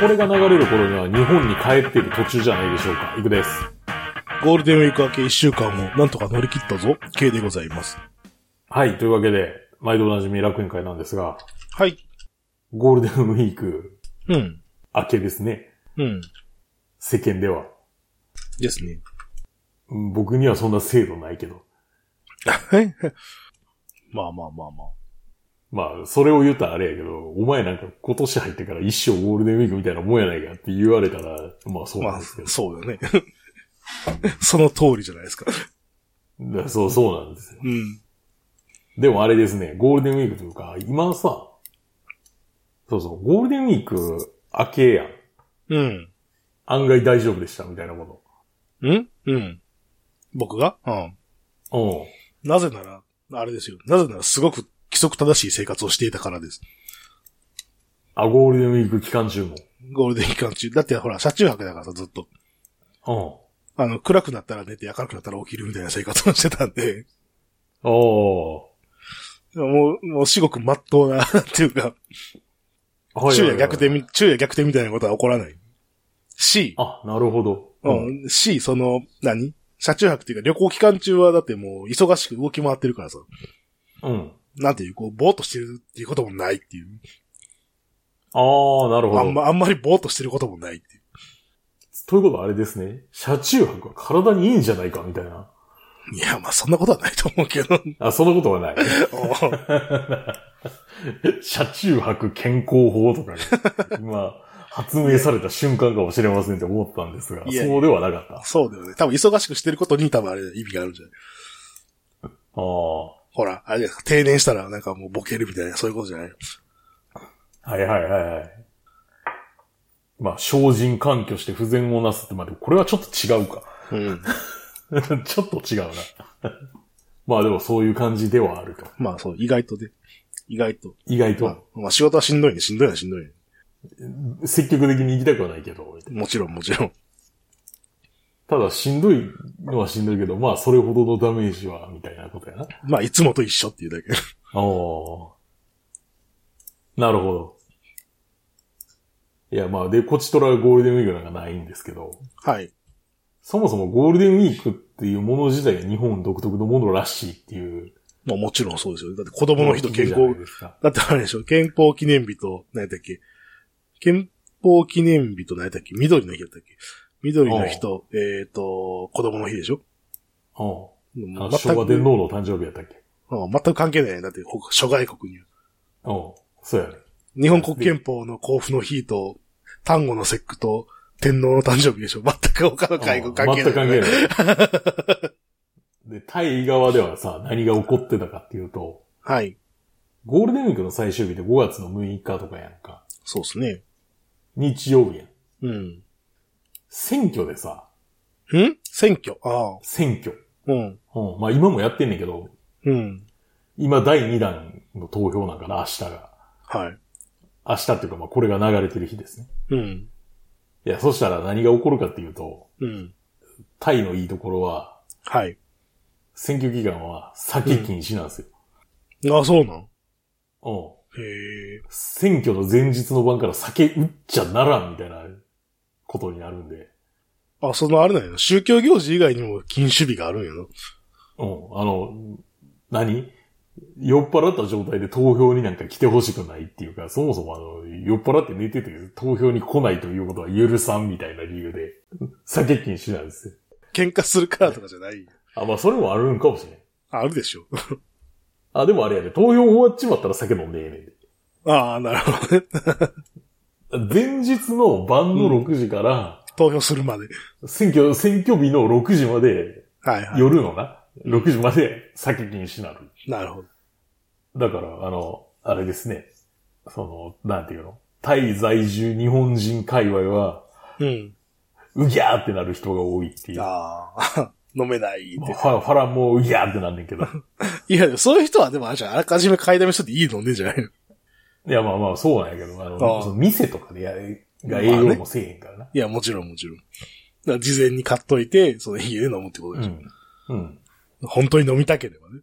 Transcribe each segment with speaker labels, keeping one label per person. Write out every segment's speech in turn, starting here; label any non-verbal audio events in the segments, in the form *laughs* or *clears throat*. Speaker 1: これが流れる頃には日本に帰ってる途中じゃないでしょうか。いくです。
Speaker 2: ゴールデンウィーク明け1週間もなんとか乗り切ったぞ、系でございます。
Speaker 1: はい、というわけで、毎度おなじみ楽園会なんですが、
Speaker 2: はい。
Speaker 1: ゴールデンウィーク
Speaker 2: うん。
Speaker 1: 明けですね。
Speaker 2: うん。
Speaker 1: 世間では。
Speaker 2: ですね。
Speaker 1: うん僕にはそんな制度ないけど。
Speaker 2: まあまあまあまあ。
Speaker 1: まあ、それを言ったらあれやけど、お前なんか今年入ってから一生ゴールデンウィークみたいなもんやないかって言われたら、まあそう
Speaker 2: ま
Speaker 1: なん
Speaker 2: あ
Speaker 1: ですけ、ど。
Speaker 2: そうよね。 *laughs* その通りじゃないですか。
Speaker 1: だからそう、そうなんですよ。
Speaker 2: うん。
Speaker 1: でもあれですね、ゴールデンウィークというか、今さ、そうそう、ゴールデンウィーク明けやん。
Speaker 2: うん。
Speaker 1: 案外大丈夫でしたみたいなこ
Speaker 2: んうん。僕がうん。
Speaker 1: と。うん。
Speaker 2: なぜなら、あれですよ。なぜならすごく規則正しい生活をしていたからです。
Speaker 1: あ、ゴールデンウィーク期間中も。
Speaker 2: ゴールデン期間中。だってほら、車中泊だからさ、ずっと。
Speaker 1: うん。
Speaker 2: あの、暗くなったら寝て、明るくなったら起きるみたいな生活をしてたんで、
Speaker 1: お
Speaker 2: もう、もう至極真っ当な、っていうか、
Speaker 1: ー。はいはいはい
Speaker 2: 昼夜逆転み、昼夜逆転みたいなことは起こらない。し、
Speaker 1: あ、なるほど。うん。
Speaker 2: うん、し、その、何車中泊っていうか旅行期間中はだってもう忙しく動き回ってるからさ、
Speaker 1: うん。
Speaker 2: なんていう、こう、ぼーっとしてるっていうこともないっていう。
Speaker 1: あー、なるほど。
Speaker 2: あんま、あんまりぼーっとしてることもないっていう。
Speaker 1: ということはあれですね。車中泊は体にいいんじゃないかみたいな。
Speaker 2: いや、まあ、そんなことはないと思うけど。 *laughs*
Speaker 1: あ、そんなことはない。 *laughs* 車中泊健康法とか
Speaker 2: *laughs*
Speaker 1: が、今、発明された瞬間かもしれませんって思ったんですが、
Speaker 2: いや
Speaker 1: そうではなかった。あ
Speaker 2: そうだよね。多分忙しくしてることに多分あれ意味があるんじゃない
Speaker 1: あ。
Speaker 2: ほら、あれじゃないですか定年したらなんかもうボケるみたいな、そういうことじゃない
Speaker 1: はいはいはいはい。まあ、精進環境して不全をなすって、まあでもこれはちょっと違うか。
Speaker 2: うん。
Speaker 1: *laughs* ちょっと違うな。 *laughs* まあでもそういう感じではあると。
Speaker 2: まあ、そう、意外とね。意外と。
Speaker 1: 意外
Speaker 2: まあ
Speaker 1: と、、
Speaker 2: まあ、仕事はしんどいね、しんどいね、しんどいね。
Speaker 1: 積極的に行きたくはないけど、みたいな
Speaker 2: もちろん、もちろん。
Speaker 1: ただしんどいのはしんどいけど、まあそれほどのダメージは、みたいなことやな。
Speaker 2: まあ、いつもと一緒っていうだけ。
Speaker 1: おーなるほど。いや、まあ、で、こちとらゴールデンウィークなんかないんですけど、
Speaker 2: はい。
Speaker 1: そもそもゴールデンウィークっていうもの自体が日本独特のものらしいっていう。
Speaker 2: まあ、もちろんそうですよね。だって子供の日と健
Speaker 1: じゃない
Speaker 2: 康、
Speaker 1: ですか。
Speaker 2: だってあれでしょ、健康記念日と、何やったっけ憲法記念日と何やったっけ緑の日やったっけ緑の日と、えっ、と、子供の日でしょ
Speaker 1: うん
Speaker 2: も
Speaker 1: あ
Speaker 2: う
Speaker 1: の。昭和
Speaker 2: く
Speaker 1: 天皇の誕生日やったっけ
Speaker 2: うん全く関係ないね。だって、ほ諸外国には。
Speaker 1: うん。そうやね。
Speaker 2: 日本国憲法の交付の日と、単語の節句と、天皇の誕生日でしょ全く他の外国関係な
Speaker 1: うん全
Speaker 2: い、
Speaker 1: く関係ない。で、タイ側ではさ、何が起こってたかっていうと、
Speaker 2: はい。
Speaker 1: ゴールデンウィークの最終日って5月の6日とかやんか。
Speaker 2: そうですね。
Speaker 1: 日曜日やん。
Speaker 2: うん。
Speaker 1: 選挙でさ、
Speaker 2: ん選挙。ああ。
Speaker 1: 選挙。
Speaker 2: うん。
Speaker 1: うん。まあ今もやってんねんけど、
Speaker 2: うん。
Speaker 1: 今第2弾の投票なんかな、明日が。
Speaker 2: はい。
Speaker 1: 明日っていうかまあこれが流れてる日ですね。
Speaker 2: うん。
Speaker 1: いや、そしたら何が起こるかっていうと、
Speaker 2: うん。
Speaker 1: タイのいいところは、
Speaker 2: はい。
Speaker 1: 選挙期間は酒禁止なんですよ。
Speaker 2: あ、そうなん。
Speaker 1: うん。
Speaker 2: へえ。
Speaker 1: 選挙の前日の晩から酒売っちゃならんみたいなことになるんで。
Speaker 2: あ、そのあれなんや。宗教行事以外にも禁酒日があるんやな。
Speaker 1: うん。あの、何酔っ払った状態で投票になんか来てほしくないっていうか、そもそもあの、酔っ払って寝てて投票に来ないということは許さんみたいな理由で、酒禁止なんですよ。
Speaker 2: 喧嘩するからとかじゃない。
Speaker 1: あ、まあそれもあるんかもしれん。
Speaker 2: ああるでしょ。 *laughs*
Speaker 1: あ、でもあれやで、投票終わっちまったら酒飲んでええねんで。
Speaker 2: ああ、なるほどね。
Speaker 1: 前日の晩の6時から、
Speaker 2: 投票するまで。
Speaker 1: 選挙、選挙日の6時まで、
Speaker 2: はいはい。
Speaker 1: 夜のな、6時まで酒禁止になる。
Speaker 2: なるほど。
Speaker 1: だから、あの、あれですね。その、なんていうのタイ在住日本人界隈は、
Speaker 2: うん。
Speaker 1: うぎゃーってなる人が多いっていう。
Speaker 2: ああ。 *laughs* 飲めないっ
Speaker 1: ま
Speaker 2: て
Speaker 1: あ、ファファラもうぎゃーってなんねんけど。
Speaker 2: いや、でもそういう人はでもあれじゃん。あらかじめ買いだめしといていいのねんじゃないの。い
Speaker 1: いや、まあまあ、そうなんやけど、あの、
Speaker 2: あ
Speaker 1: その店とかでや、が営業もせえへんからな。
Speaker 2: や、もちろんもちろん。だから事前に買っといて、その家で飲むってことでしょ。
Speaker 1: うん。うん。
Speaker 2: 本当に飲みたければね。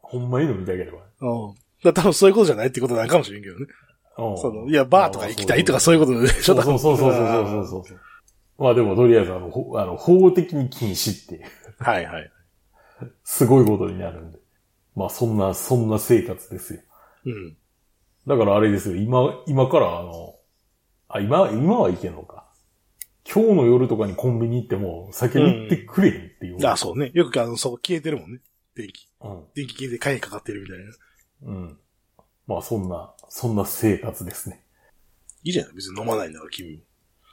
Speaker 1: ほんまに飲みたければ。
Speaker 2: うん。だから多分そういうことじゃないってことなんかもしれんけどね。
Speaker 1: うん
Speaker 2: その、いや、バーとか行きたいとかそういうことでし
Speaker 1: そ
Speaker 2: ょ、
Speaker 1: うそうそうそうそうそうそうそう。まあでも、とりあえず、あの、ほあの法的に禁止っていう、
Speaker 2: はいはい。
Speaker 1: すごいことになるんで。まあ、そんな、そんな生活ですよ。
Speaker 2: うん。
Speaker 1: だからあれですよ、今、今からあの、あ、今、今はいけんのか。今日の夜とかにコンビニ行っても、酒売ってくれへんっていう。
Speaker 2: あ、そうね。よく、あの、そこ消えてるもんね。電気。
Speaker 1: うん。
Speaker 2: 電気消えて火にかかってるみたいな。い
Speaker 1: うん。まあ、そんな、そんな生活ですね。
Speaker 2: いじゃない別に飲まないんだから、君も。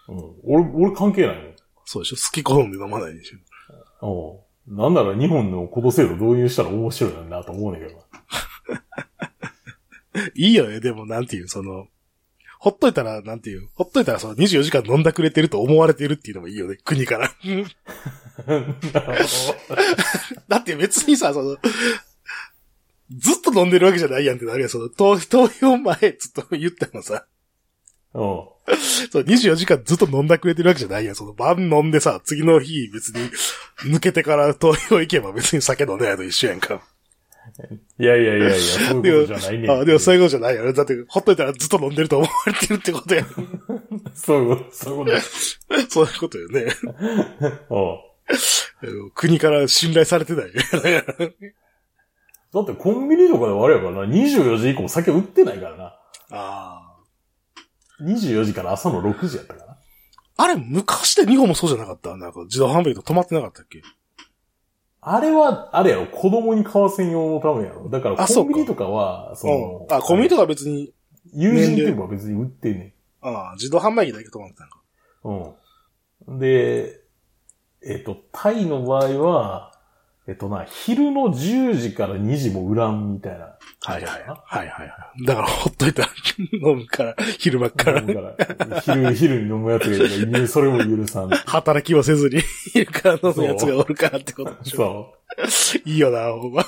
Speaker 1: うん。俺、俺関係ない
Speaker 2: そうでしょ好き好んで飲まないでしょ。 *laughs*
Speaker 1: もん。うん。なんなら日本のコト制度導入したら面白いなと思うねんだ
Speaker 2: *laughs*
Speaker 1: けどな。
Speaker 2: いいよね、でも、なんていう、その、ほっといたら、なんていう、ほっといたら、その24時間飲んだくれてると思われてるっていうのもいいよね、国から。 *laughs* だって別にさ、その、ずっと飲んでるわけじゃないやんってなるやん、その、投投票前、ずっと言ってもさ、
Speaker 1: うん。
Speaker 2: そう、24時間ずっと飲んだくれてるわけじゃないやん、その、晩飲んでさ、次の日別に、抜けてから投票行けば別に酒飲んでないと一緒やんか。
Speaker 1: いやいやいやいや、そういうことじゃないねん。
Speaker 2: あでもそう
Speaker 1: い
Speaker 2: いうことじゃないよね。だって、ほっといたらずっと飲んでると思われてるってことやん。 *laughs*
Speaker 1: う、そういうこと、そういうこと
Speaker 2: そういうことよね。
Speaker 1: うん
Speaker 2: あの国から信頼されてない。 *laughs*
Speaker 1: だってコンビニとかでもあれやからな、24時以降酒売ってないからな。
Speaker 2: ああ。
Speaker 1: 24時から朝の6時やったかな。
Speaker 2: あれ、昔で日本もそうじゃなかったなんか自動販売機と止まってなかったっけ
Speaker 1: あれは、あれやろ、子供に買わせん用のためやろ。だから
Speaker 2: あ
Speaker 1: コ
Speaker 2: そう
Speaker 1: ン
Speaker 2: か
Speaker 1: ビニとかは、その、
Speaker 2: うん。あ、コンビニとかは別に、
Speaker 1: 友人店舗は別に売ってんね
Speaker 2: ああ、自動販売機だけ止まってたのか。
Speaker 1: ん。うん。で、えっ、と、タイの場合は、えっ、とな、昼の10時から2時も売らんみたいな。
Speaker 2: はいはいはい。だからほっといたら飲むから、昼間っから、
Speaker 1: だから、昼、昼に飲むやつがいるから、それも許
Speaker 2: *laughs*
Speaker 1: さん。
Speaker 2: 働きはせ *laughs* ずに、昼から飲むやつがおるからってことでしょ。
Speaker 1: そう。
Speaker 2: いいよな、ほんま。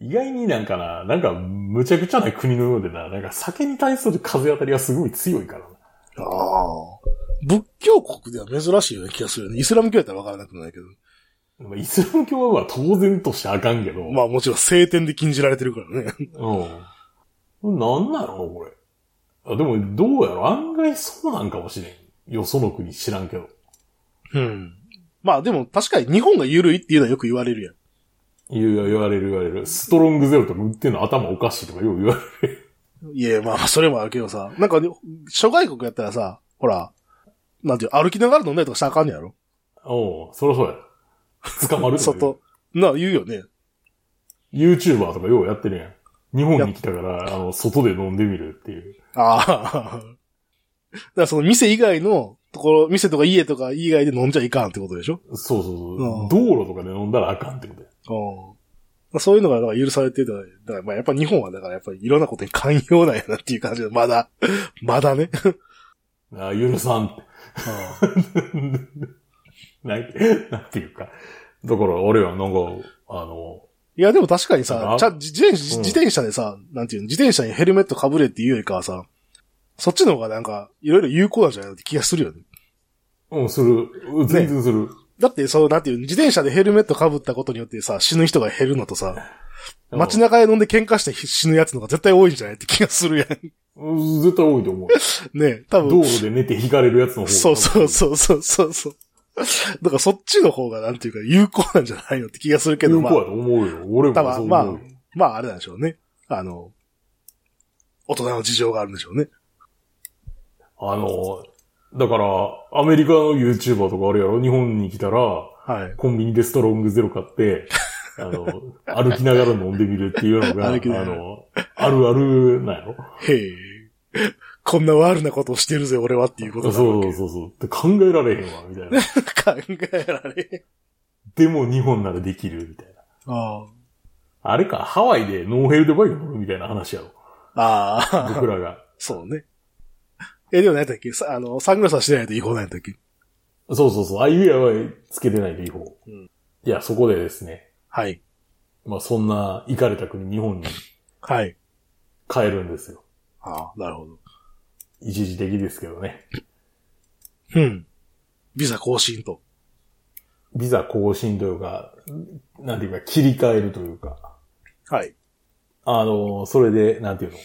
Speaker 1: 意外になんかな、なんかむちゃくちゃな国のようでな、なんか酒に対する風当たりがすごい強いからな。
Speaker 2: ああ。仏教国では珍しいような気がするよね。イスラム教やったらわからなくもないけど。
Speaker 1: まあイスラム教は当然としてあかんけど。
Speaker 2: まあもちろん聖典で禁じられてるからね。
Speaker 1: うん。なんなのこれ。あ、でもどうやろ案外そうなんかもしれん。よその国知らんけど。
Speaker 2: うん。まあでも確かに日本が緩いっていうのはよく言われるやん。
Speaker 1: 言う言われる言われる。ストロングゼロとか売ってんの頭おかしいとかよう言われる。
Speaker 2: いや、まあそれもあるけどさ、なんかね諸外国やったらさ、ほら、なんていう、歩きながら飲んだりとかしたらあかんねやろ
Speaker 1: おうそろそろや。捕まるとか言う。
Speaker 2: 外。なあ、言うよね。
Speaker 1: YouTuber とかようやってるやん。日本に来たから、あの、外で飲んでみるっていう。
Speaker 2: *laughs* ああ。だからその店以外のところ、店とか家とか以外で飲んじゃいかんってことでしょ
Speaker 1: そうそう
Speaker 2: う
Speaker 1: そ
Speaker 2: ん
Speaker 1: う。道路とかで飲んだらあかんってことや。
Speaker 2: うん。そういうのがなんか許されてた。だからまあやっぱ日本はだからやっぱりいろんなことに寛容なんやなっていう感じで、まだ、 *laughs* まだね。
Speaker 1: あ許さんって。
Speaker 2: う
Speaker 1: なんなんていう *laughs* か。だから、俺はなんか、あの、
Speaker 2: *laughs* んいやでも確かにさ
Speaker 1: あ、
Speaker 2: ちゃ自転自
Speaker 1: うん
Speaker 2: 自転車でさ、なんていうの、自転車にヘルメット被れっていうよりかはさ、そっちの方がなんか、いろいろ有効なんじゃないのって気がするよね。
Speaker 1: うん、する。全然する。
Speaker 2: だって、そう、なんていうの、自転車でヘルメット被ったことによってさ、死ぬ人が減るのとさ、
Speaker 1: うん
Speaker 2: 街中で飲んで喧嘩して死ぬやつの方が絶対多いんじゃないって気がするやん。
Speaker 1: うん絶対多いと思う。
Speaker 2: ねえ多分
Speaker 1: 道。路で寝て引かれるやつの方が。
Speaker 2: そうそうそうそうそうそう。だからそっちの方がなんていうか有効なんじゃないのって気がするけど、
Speaker 1: 有
Speaker 2: ま
Speaker 1: 効
Speaker 2: あ
Speaker 1: や、と思うよ。俺も
Speaker 2: 多
Speaker 1: そう
Speaker 2: 分まあ
Speaker 1: 思う。、
Speaker 2: まああれなんでしょうね。あの、大人の事情があるんでしょうね。
Speaker 1: あの、だから、アメリカの YouTuber とかあるやろ日本に来たら、
Speaker 2: はい。
Speaker 1: コンビニでストロングゼロ買って、
Speaker 2: *laughs*
Speaker 1: あの、歩きながら飲んでみるっていうのが、あ
Speaker 2: 歩きながら
Speaker 1: の、あるあるなんやろ
Speaker 2: へえ。こんな悪なことをしてるぜ、俺はっていうことだ
Speaker 1: そ
Speaker 2: わ
Speaker 1: うそ
Speaker 2: け
Speaker 1: うそうそう。って考えられへんわ、みたいな。
Speaker 2: 考えられん。
Speaker 1: でも日本ならできる、みたいな。
Speaker 2: あ
Speaker 1: あれか、ハワイでノーヘルでバイク乗るみたいな話やろ。
Speaker 2: あ。ああ。
Speaker 1: 僕らが。
Speaker 2: そうね。え、でも何やったっけさあの、サングラスはしてないと違法なんやったっけ
Speaker 1: そうそうそう。ああいうやばいつけてないでいい方。
Speaker 2: うん
Speaker 1: いや、そこでですね。
Speaker 2: はい。
Speaker 1: まあ、そんな、行かれた国、日本に
Speaker 2: はい。
Speaker 1: 帰るんですよ。
Speaker 2: ああ、なるほど。
Speaker 1: 一時的ですけどね。
Speaker 2: うん。ビザ更新と。
Speaker 1: ビザ更新というか、なんていうか、切り替えるというか。
Speaker 2: はい。
Speaker 1: あの、それで、なんていうの。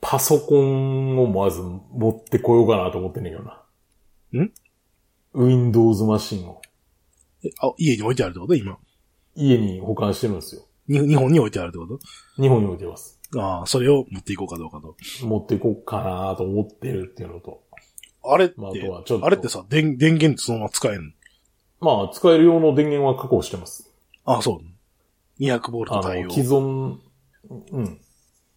Speaker 1: パソコンをまず持ってこようかなと思ってんねんけどな。
Speaker 2: ん
Speaker 1: ?Windows マシンを
Speaker 2: えあ、家に置いてあるってこと今。
Speaker 1: 家に保管してるんですよ。
Speaker 2: に日本に置いてあるってこ
Speaker 1: 日本に置いてます。
Speaker 2: とああ、それを持っていこうかどうかと。
Speaker 1: 持っていこうかなと思ってるっていうのと。
Speaker 2: あれって、
Speaker 1: まあ、あとはちょっと。
Speaker 2: あれってさ、電、電源ってそのまま使えんの
Speaker 1: まあ、使える用の電源は確保してます。
Speaker 2: ああ、そう。200ボル
Speaker 1: あ
Speaker 2: ト
Speaker 1: の、
Speaker 2: 対応。
Speaker 1: 既存、うん。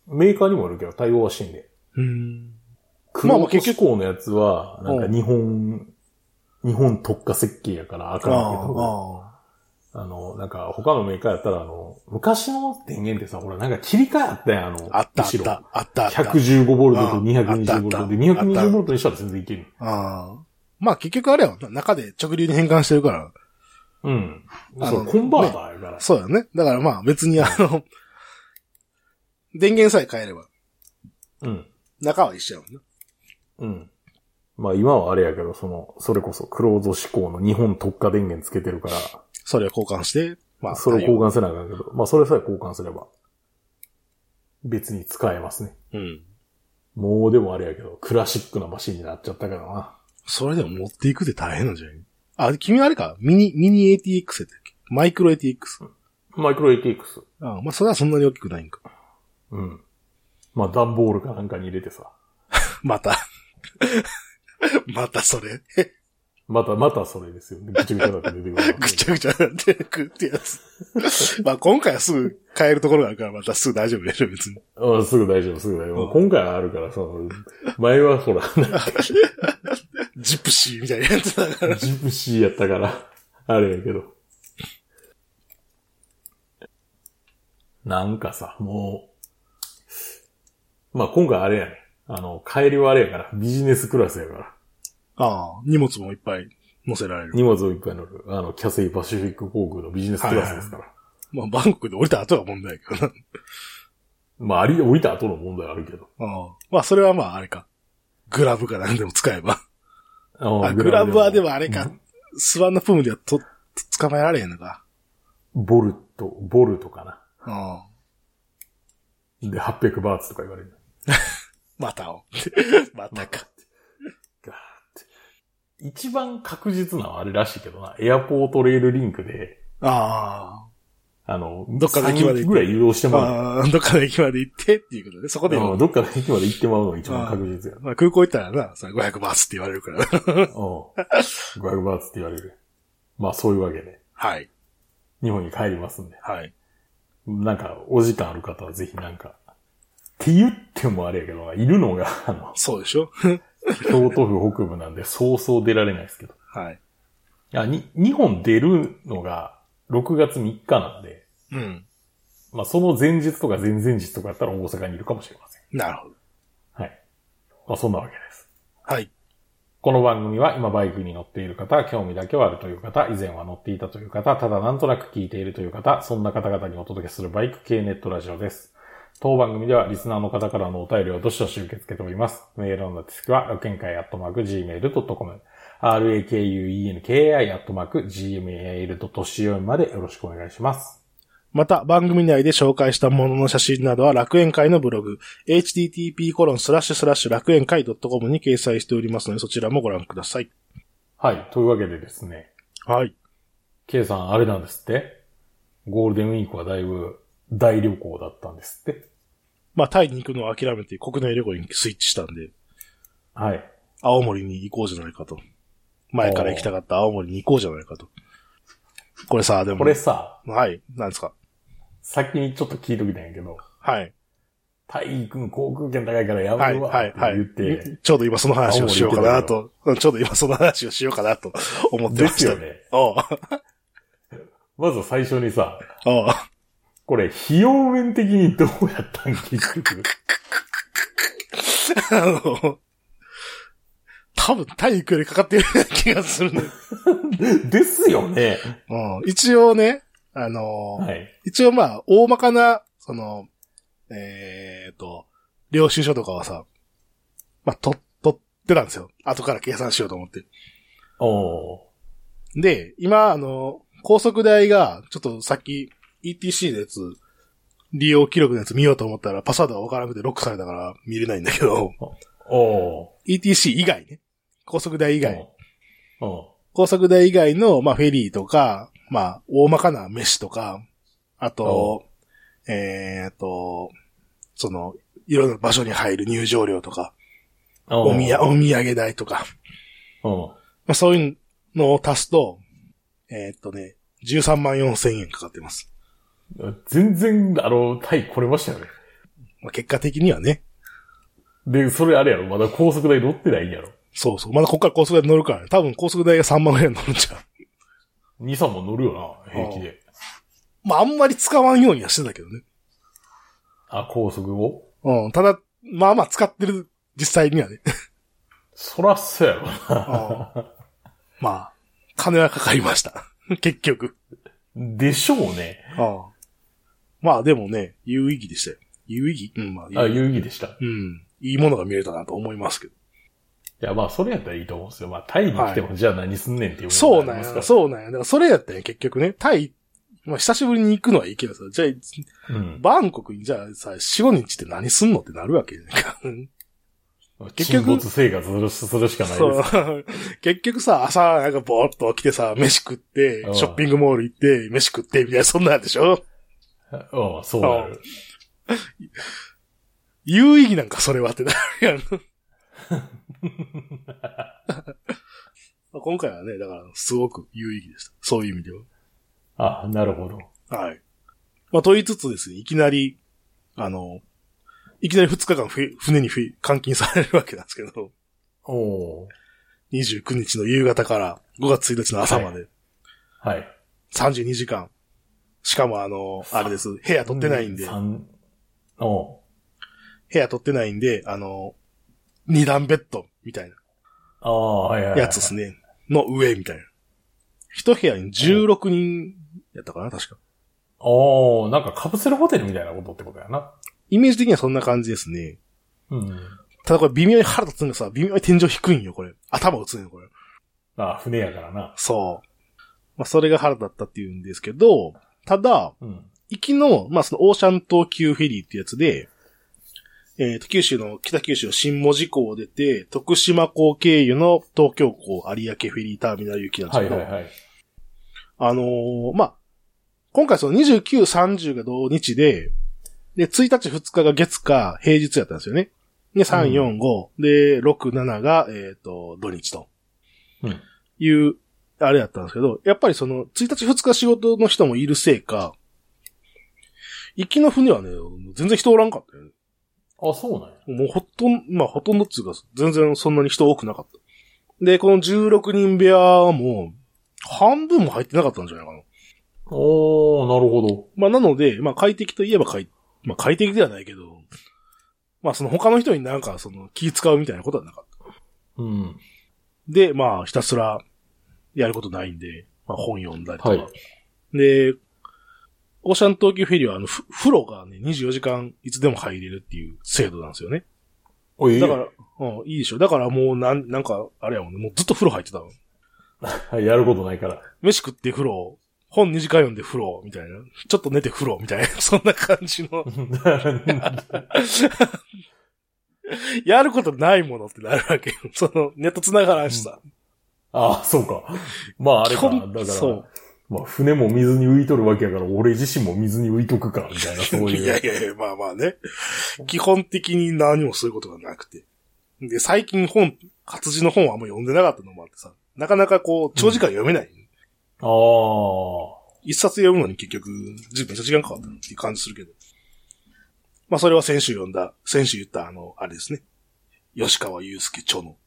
Speaker 1: メーカーにもあるけど対応はしてんで。
Speaker 2: うん。ま
Speaker 1: ま
Speaker 2: あ
Speaker 1: あ
Speaker 2: まあ結
Speaker 1: 結構のやつは、なん
Speaker 2: う
Speaker 1: か
Speaker 2: ん
Speaker 1: 日本、日本特化設計やからあ
Speaker 2: あ
Speaker 1: かんけど、
Speaker 2: あ、ああ。
Speaker 1: あの、なんか他のメーカーやったら、あの、昔の電源ってさ、ほら、なんか切り替えあったやん、あの、
Speaker 2: あったあっ
Speaker 1: 後ろ
Speaker 2: た。あったあった。
Speaker 1: 115ボルト
Speaker 2: う
Speaker 1: と
Speaker 2: ん
Speaker 1: 220ボル
Speaker 2: あったあ
Speaker 1: ト
Speaker 2: っ
Speaker 1: で、
Speaker 2: た
Speaker 1: 220ボルトにしたら全然いける。
Speaker 2: ああ。まあ結局あれやもんな中で直流に変換してるから。
Speaker 1: うん。
Speaker 2: あの
Speaker 1: そう、コンバーターやから。
Speaker 2: そうだね。だからまあ別にあの、電源さえ変えれば、
Speaker 1: うん。
Speaker 2: 中は一緒やもんな。
Speaker 1: うん。まあ今はあれやけど、その、それこそクローズ志向の日本特化電源つけてるから、
Speaker 2: それを交換して、まあ。
Speaker 1: それを交
Speaker 2: 換。
Speaker 1: 換せなあかんけど、まあそれさえ交換すれば、別に使えますね。
Speaker 2: うん。
Speaker 1: もうでもあれやけど、クラシックなマシンになっちゃったからな。
Speaker 2: それでも持っていくって大変なんじゃないあ、君あれかミニ、ミニ ATX やったっけマイクロ ATX。
Speaker 1: マイクロ ATX。
Speaker 2: ああまあそれはそんなに大きくないんか。 *laughs*
Speaker 1: うん。まあ段ボールかなんかに入れてさ。
Speaker 2: また。 *laughs* またそれ。
Speaker 1: また、またそれですよ。ぐ *laughs* ちゃぐちゃになって出てくる。
Speaker 2: ぐちゃぐちゃになってくってやつ。 *laughs* まあ今回はすぐ変えるところがあるから、またすぐ大丈夫でしょ、別に。
Speaker 1: うん、すぐ大丈夫、すぐ大丈夫。
Speaker 2: う
Speaker 1: 今回はあるからさ、前はほら、なんか
Speaker 2: ジプシーみたいなやつだ *laughs* から。
Speaker 1: ジプシーやったから、あれやけど。なんかさ、もう、まあ今回あれやね。あの、帰りはあれやから、ビジネスクラスやから。
Speaker 2: ああ、荷物もいっぱい乗せられる。
Speaker 1: 荷物をいっぱい乗る、あの、キャセイパシフィック航空のビジネスクラスですから。
Speaker 2: まあバンコクで降りた後は問題やけどな。
Speaker 1: まあ、あり、降りた後の問題はあるけど。
Speaker 2: ああまあそれはまああれか。グラブかなんでも使えば。
Speaker 1: あ
Speaker 2: あ、グラブはでもあれ。
Speaker 1: う
Speaker 2: か
Speaker 1: ん。
Speaker 2: スワンのプームではと、と捕まえられへんのか。
Speaker 1: ボルト、ボルトかな。
Speaker 2: ああ
Speaker 1: で、800バーツとか言われる。
Speaker 2: またを。 *laughs* またか。
Speaker 1: ガーって。一番確実なのはあれらしいけどな。エアポートレールリンクで、
Speaker 2: あ
Speaker 1: あの、
Speaker 2: どっかの駅まで行って
Speaker 1: 3ぐらい移動して
Speaker 2: あ。
Speaker 1: もらう。
Speaker 2: まあ、どっかの駅まで行ってっていうことで、そこで今
Speaker 1: うんどっかの駅まで行ってもらうのが一番確実や。
Speaker 2: まあ、空港行ったらな、それ500バーツって言われるから。 *laughs*
Speaker 1: うん。500バーツって言われる。まあそういうわけで、
Speaker 2: はい。
Speaker 1: 日本に帰りますんで。
Speaker 2: はい。
Speaker 1: なんか、お時間ある方はぜひなんか、って言ってもあれやけどな、いるのが、あの、
Speaker 2: そうでしょ
Speaker 1: 京都府北部なんで、そうそう出られないですけど。
Speaker 2: はい。
Speaker 1: いや、に、日本出るのが、6月3日なんで、
Speaker 2: うん。
Speaker 1: まあ、その前日とか前々日とかやったら大阪にいるかもしれません。
Speaker 2: なるほど。
Speaker 1: はい。まあ、そんなわけです。
Speaker 2: はい。
Speaker 1: この番組は今バイクに乗っている方、興味だけはあるという方、以前は乗っていたという方、ただなんとなく聞いているという方、そんな方々にお届けするバイク系ネットラジオです。当番組ではリスナーの方からのお便りをどしどし受け付けております。メールの宛先は、楽園会アットマーク gmail.com、rakuenki アットマーク gmail.co までよろしくお願いします。
Speaker 2: また、番組内で紹介したものの写真などは楽園会のブログ、http コロンスラッシュスラッシュ楽園会 .com に掲載しておりますので、そちらもご覧ください。
Speaker 1: はい。というわけでですね、
Speaker 2: はい。
Speaker 1: K さん、あれなんですってゴールデンウィークはだいぶ大旅行だったんですって。
Speaker 2: まあ、タイに行くのを諦めて国内旅行にスイッチしたんで、
Speaker 1: はい。
Speaker 2: 青森に行こうじゃないかと。前から行きたかった青森に行こうじゃないかと。これさ、でも。
Speaker 1: これさ、
Speaker 2: はい。なんですか。
Speaker 1: 先にちょっと聞いときたんやけど、
Speaker 2: はい。
Speaker 1: 体育航空券高いからや
Speaker 2: は
Speaker 1: め
Speaker 2: い、
Speaker 1: るわ
Speaker 2: はい、
Speaker 1: って
Speaker 2: はい。
Speaker 1: 言って、
Speaker 2: ちょうど今その話をしようかなと、うん *laughs* ちょうど今その話をしようかなと思って
Speaker 1: で
Speaker 2: まし
Speaker 1: す
Speaker 2: た。
Speaker 1: よね。
Speaker 2: おう
Speaker 1: まず最初にさ、
Speaker 2: おう
Speaker 1: これ費用面的にどうやったん結局。
Speaker 2: あの、多分体育よりかかってるような気がするね。
Speaker 1: ですよね。
Speaker 2: うん一応ね、あの、
Speaker 1: はい。
Speaker 2: 一応まあ、大まかな、その、えっ、と、領収書とかはさ、まあ、と、取ってたんですよ。後から計算しようと思って。
Speaker 1: おー
Speaker 2: で、今、あの、高速代が、ちょっとさっき ETC のやつ、利用記録のやつ見ようと思ったら、パスワードがわからなくてロックされたから見れないんだけど、
Speaker 1: おー。
Speaker 2: ETC 以外ね。高速代以外。
Speaker 1: うん。うん。
Speaker 2: 高速代以外の、まあ、フェリーとか、まあ、大まかな飯とか、あと、えっ、と、その、いろんな場所に入る入場料とか、おみや、お土産代とか、
Speaker 1: うん。
Speaker 2: まあ、そういうのを足すと、えっ、とね、13万4千円かかってます。
Speaker 1: 全然、あの、タイ来れましたよね。
Speaker 2: まあ、結果的にはね、
Speaker 1: で、それあれやろ、まだ高速代乗ってないんやろ。
Speaker 2: そうそう。まだこっから高速代乗るからね。多分高速代が3万ぐらい乗るんちゃう。
Speaker 1: 2、3も乗るよな、平気で。
Speaker 2: まあ、あんまり使わんようにはしてたけどね。
Speaker 1: あ、高速を
Speaker 2: うん。ただ、まあまあ使ってる、実際にはね。
Speaker 1: そらそうやろ *laughs*
Speaker 2: うんまあ、金はかかりました。 *laughs* 結局。
Speaker 1: な。でしょうね。
Speaker 2: うんまあでもね、有意義でしたよ。有意義うん、まあ、
Speaker 1: あ、
Speaker 2: 有意義
Speaker 1: 遊戯でした。い
Speaker 2: うん。いいものが見れたなと思いますけど。
Speaker 1: や、まあ、それやったらいいと思うんですよ。まあ、タイに来ても、じゃあ何すんねんっていうこ
Speaker 2: そう
Speaker 1: とに
Speaker 2: なん
Speaker 1: ります
Speaker 2: や、そうなんや。だからそれやったんや、結局ね。タイ、まあ久しぶりに行くのはいいけどさ、じゃあ、
Speaker 1: からうん。
Speaker 2: バンコクにじゃあさ、4、5日って何すんのってなるわけじゃないか。結
Speaker 1: 沈
Speaker 2: 局
Speaker 1: 没生活する *laughs* するしかない
Speaker 2: そ
Speaker 1: で
Speaker 2: う
Speaker 1: す。。
Speaker 2: *laughs* 結局さ、朝、なんかぼーっと起きてさ、飯食って
Speaker 1: う、ん
Speaker 2: ショッピングモール行って、飯食って、みたいな、そんなんでしょ
Speaker 1: うん、そうなる。
Speaker 2: 有意義なんか、それはってなるやん。今回はね、だから、すごく有意義でした。そういう意味で
Speaker 1: あ、なるほど。
Speaker 2: は。はい。まあ、と言いつつですね、いきなり、あの、いきなり2日間ふ船にふ監禁されるわけなんですけど、
Speaker 1: おー
Speaker 2: 29日の夕方から5月1日の朝まで、
Speaker 1: はい。
Speaker 2: 32時間。しかもあの、あれです。部屋取ってないんで、
Speaker 1: 三、おう
Speaker 2: 部屋取ってないんで、あの、二段ベッドみたい
Speaker 1: ああ、はいはいは。
Speaker 2: ないやつですね。の上みたいな。一部屋に16人やったかな確か。
Speaker 1: おーなんかカプセルホテルみたいなことってことやな。
Speaker 2: イメージ的にはそんな感じですね。
Speaker 1: うん。
Speaker 2: ただこれ微妙に腹立つのがさ、微妙に天井低いんよ、これ。頭打つんよ、これ。
Speaker 1: あ船やからな。
Speaker 2: そう。まあ、それが腹立ったっていうんですけど、ただ、
Speaker 1: うん。
Speaker 2: 行きの、まあ、そのオーシャン島級フェリーってやつで、えっ、と、九州の、北九州の新門司港を出て、徳島港経由の東京港有明フェリーターミナル行きなんです
Speaker 1: は
Speaker 2: け
Speaker 1: い
Speaker 2: ど、
Speaker 1: はいはい。
Speaker 2: あのーまあ、今回その29、30が同日で、で、1日、2日が月か平日やったんですよね。で、3、4、5、で、6、7が、えっ、と、土日と
Speaker 1: うん。
Speaker 2: いう、あれやったんですけど、やっぱりその、1日、2日仕事の人もいるせいか、行きの船はね、全然人おらんかったよね。
Speaker 1: あ、そうなんや。
Speaker 2: もうほとんど、まあほとんどっつうか、全然そんなに人多くなかった。で、この16人部屋も、半分も入ってなかったんじゃないかな。
Speaker 1: おーなるほど。
Speaker 2: まあなので、まあ快適といえば快、まあ快適ではないけど、まあその他の人になんかその気使うみたいなことはなかった。
Speaker 1: うん。
Speaker 2: で、まあひたすらやることないんで、まあ本読んだりとか。
Speaker 1: はい
Speaker 2: で、オーシャン東急フェリーはあの、ふ風呂がね、24時間いつでも入れるっていう制度なんですよね。
Speaker 1: おい
Speaker 2: だから、うん、いいでしょ。だからもうなん、なんか、あれやもんね、もうずっと風呂入ってたの。
Speaker 1: はい、やることないから。 *laughs*
Speaker 2: 飯食って風呂、本2時間読んで風呂、みたいな。ちょっと寝て風呂、みたいな。 *laughs* そんな感じの。やることないものってなるわけよ。 *laughs* その、ネット繋がらんしさ。
Speaker 1: ああ、そうか。まあ、あれ
Speaker 2: 基
Speaker 1: か。
Speaker 2: 本
Speaker 1: だか
Speaker 2: そ
Speaker 1: ら
Speaker 2: う、。
Speaker 1: まあ、船も水に浮いとるわけやから、俺自身も水に浮いとくか、みたい
Speaker 2: *laughs*
Speaker 1: な、そういう。
Speaker 2: いやいやいや、まあまあね。基本的に何もすることがなくて。で、最近本、活字の本はあんま読んでなかったのもあってさ、なかなかこう、長時間読めない。
Speaker 1: ああ。
Speaker 2: 一冊読むのに結局、じめっちゃ時間かかったなっていう感じするけど。まあそれは先週読んだ、先週言ったあの、あれですね。吉川祐介著の、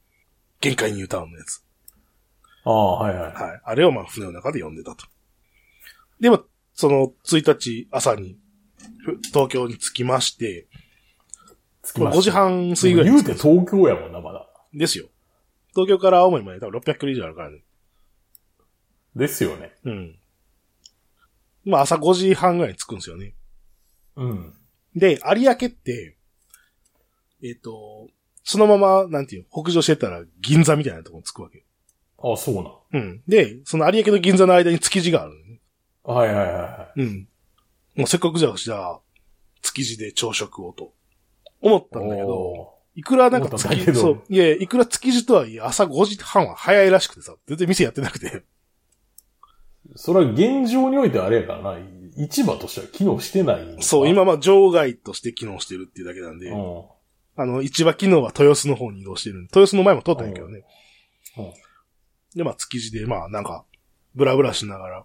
Speaker 2: 限界ニュータウンのやつ。
Speaker 1: ああ、はいはい。
Speaker 2: はい。あれをまあ船の中で読んでたと。で、まあ、その1日朝に、ふ東京に着きまして、
Speaker 1: 着き
Speaker 2: これ
Speaker 1: ま
Speaker 2: 5時
Speaker 1: した。
Speaker 2: 半過ぎぐらい
Speaker 1: 言
Speaker 2: に
Speaker 1: う
Speaker 2: 着
Speaker 1: て
Speaker 2: く
Speaker 1: 東京やもんな、まだ。
Speaker 2: ですよ。東京から青森まで多分600キロ以上あるからね。
Speaker 1: ですよね。
Speaker 2: うん。まあ朝5時半ぐらいに着くんですよね。
Speaker 1: うん。
Speaker 2: で、有明って、えっ、と、そのまま、なんていうの、北上してったら銀座みたいなところに着くわけ。
Speaker 1: ああ、そうな
Speaker 2: うん。で、その有明と銀座の間に築地があるのね。
Speaker 1: ん。はいはいはいはい。
Speaker 2: うん。もうせっかくじゃあ、じゃあ、築地で朝食をと、思ったんだけど、いくらなんか
Speaker 1: 思ったんだけ
Speaker 2: 築
Speaker 1: ど
Speaker 2: 地、そう、いやいやいくら築地とはいえ朝5時半は早いらしくてさ、全然店やってなくて。
Speaker 1: おーそれは現状においてあれやからな、市場としては機能してないのか。
Speaker 2: そう、今まあ場外として機能してるっていうだけなん
Speaker 1: う
Speaker 2: で、
Speaker 1: ん。うん。
Speaker 2: あの、市場機能は豊洲の方に移動してるんで。豊洲の前も通ったんやけどね。
Speaker 1: うんうん
Speaker 2: で、まあ、築地で、まあ、なんか、ブラブラしながら、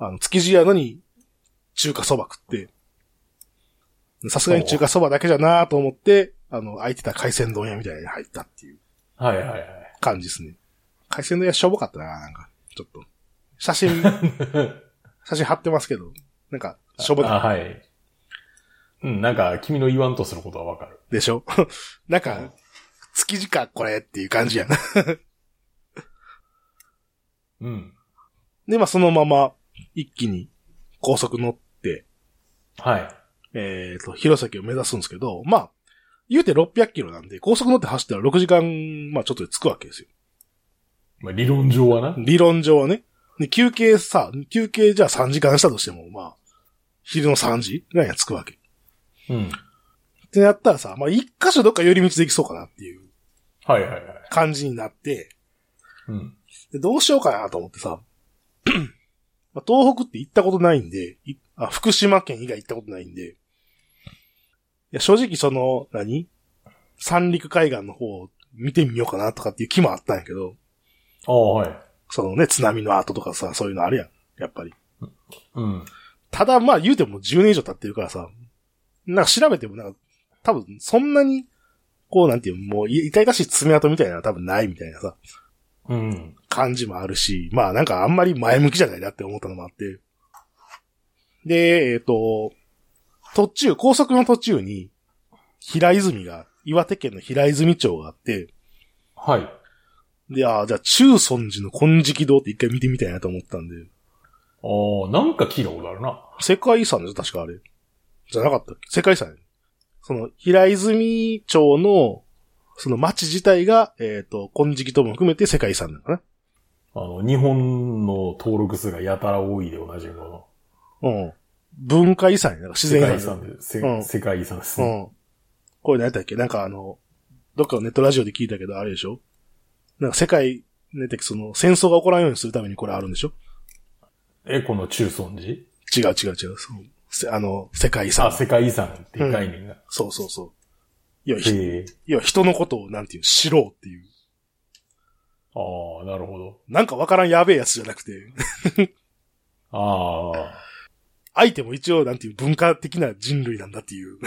Speaker 2: あの、築地やのに、中華そば食って、さすがに中華そばだけじゃなーと思って、あの、空いてた海鮮丼屋みたいなのに入ったっていう
Speaker 1: はいはいはい。
Speaker 2: 感じですね。海鮮丼屋しょぼかったな、なんか、ちょっと。写真、
Speaker 1: *laughs*
Speaker 2: 写真貼ってますけど、なんか、しょぼかった
Speaker 1: あ、はい。うん、なんか、君の言わんとすることはわかる。
Speaker 2: でしょ *laughs* なんか、築地か、これっていう感じやな。
Speaker 1: うん。
Speaker 2: で、まあ、そのまま、一気に高速乗って、
Speaker 1: はい。
Speaker 2: えっ、と、弘前を目指すんですけど、まあ、言うて600キロなんで、高速乗って走ったら6時間、まあ、ちょっとで着くわけですよ。
Speaker 1: まあ、理論上はな。
Speaker 2: 理論上はね。で、休憩さ、休憩じゃあ3時間したとしても、まあ、昼の3時ぐらいには着くわけ。
Speaker 1: うん。
Speaker 2: ってなったらさ、まあ、一箇所どっか寄り道できそうかなっていう
Speaker 1: はいはいはい。
Speaker 2: 感じになって、
Speaker 1: うん。
Speaker 2: で、どうしようかなと思ってさ、 *clears throat* まあ東北って行ったことないんで、いあ、福島県以外行ったことないんで、いや、正直その、何三陸海岸の方を見てみようかなとかっていう気もあったんやけど、
Speaker 1: ああ、はい。
Speaker 2: そのね、津波の跡とかさ、そういうのあるやん。やっぱり。
Speaker 1: うん。
Speaker 2: ただまあ言うても10年以上経ってるからさ、なんか調べてもなんか、多分そんなに、こうなんていう、もうい痛々しい爪痕みたいなのは多分ないみたいなさ、
Speaker 1: うん。
Speaker 2: 感じもあるし、まあなんかあんまり前向きじゃないなって思ったのもあって。で、えっ、と、途中、高速の途中に、平泉が、岩手県の平泉町があって、
Speaker 1: はい。
Speaker 2: で、ああ、じゃあ中尊寺の金色堂って一回見てみたいなと思ったんで、
Speaker 1: ああ、なんか聞いたことあるな。
Speaker 2: 世界遺産でしょ確かあれ。じゃなかったっけ世界遺産やねその、平泉町の、その町自体が、えっ、と、金色堂も含めて世界遺産なのかな
Speaker 1: あの、日本の登録数がやたら多いで同じみの。
Speaker 2: うん。文化遺産やねなんか自
Speaker 1: 世
Speaker 2: 然遺産
Speaker 1: 界遺。産で、せ
Speaker 2: うん
Speaker 1: 世界遺産です
Speaker 2: う
Speaker 1: ね。
Speaker 2: ん。これ何やったっけなんかあの、どっかのネットラジオで聞いたけど、あれでしょなんか世界、ね、てかその、戦争が起こらんようにするためにこれあるんでしょ
Speaker 1: え、この中尊寺
Speaker 2: 違う違う違う。そうせあの、世界遺
Speaker 1: あ、
Speaker 2: 産。
Speaker 1: 世界遺産っていう概念が。
Speaker 2: そうそうそう。いや、
Speaker 1: へ
Speaker 2: ひ
Speaker 1: え。
Speaker 2: いや人のことを、なんていう、知ろうっていう。
Speaker 1: ああ、なるほど。
Speaker 2: なんかわからんやべえやつじゃなくて、
Speaker 1: あ
Speaker 2: 相手も一応、なんていう、文化的な人類なんだっていう。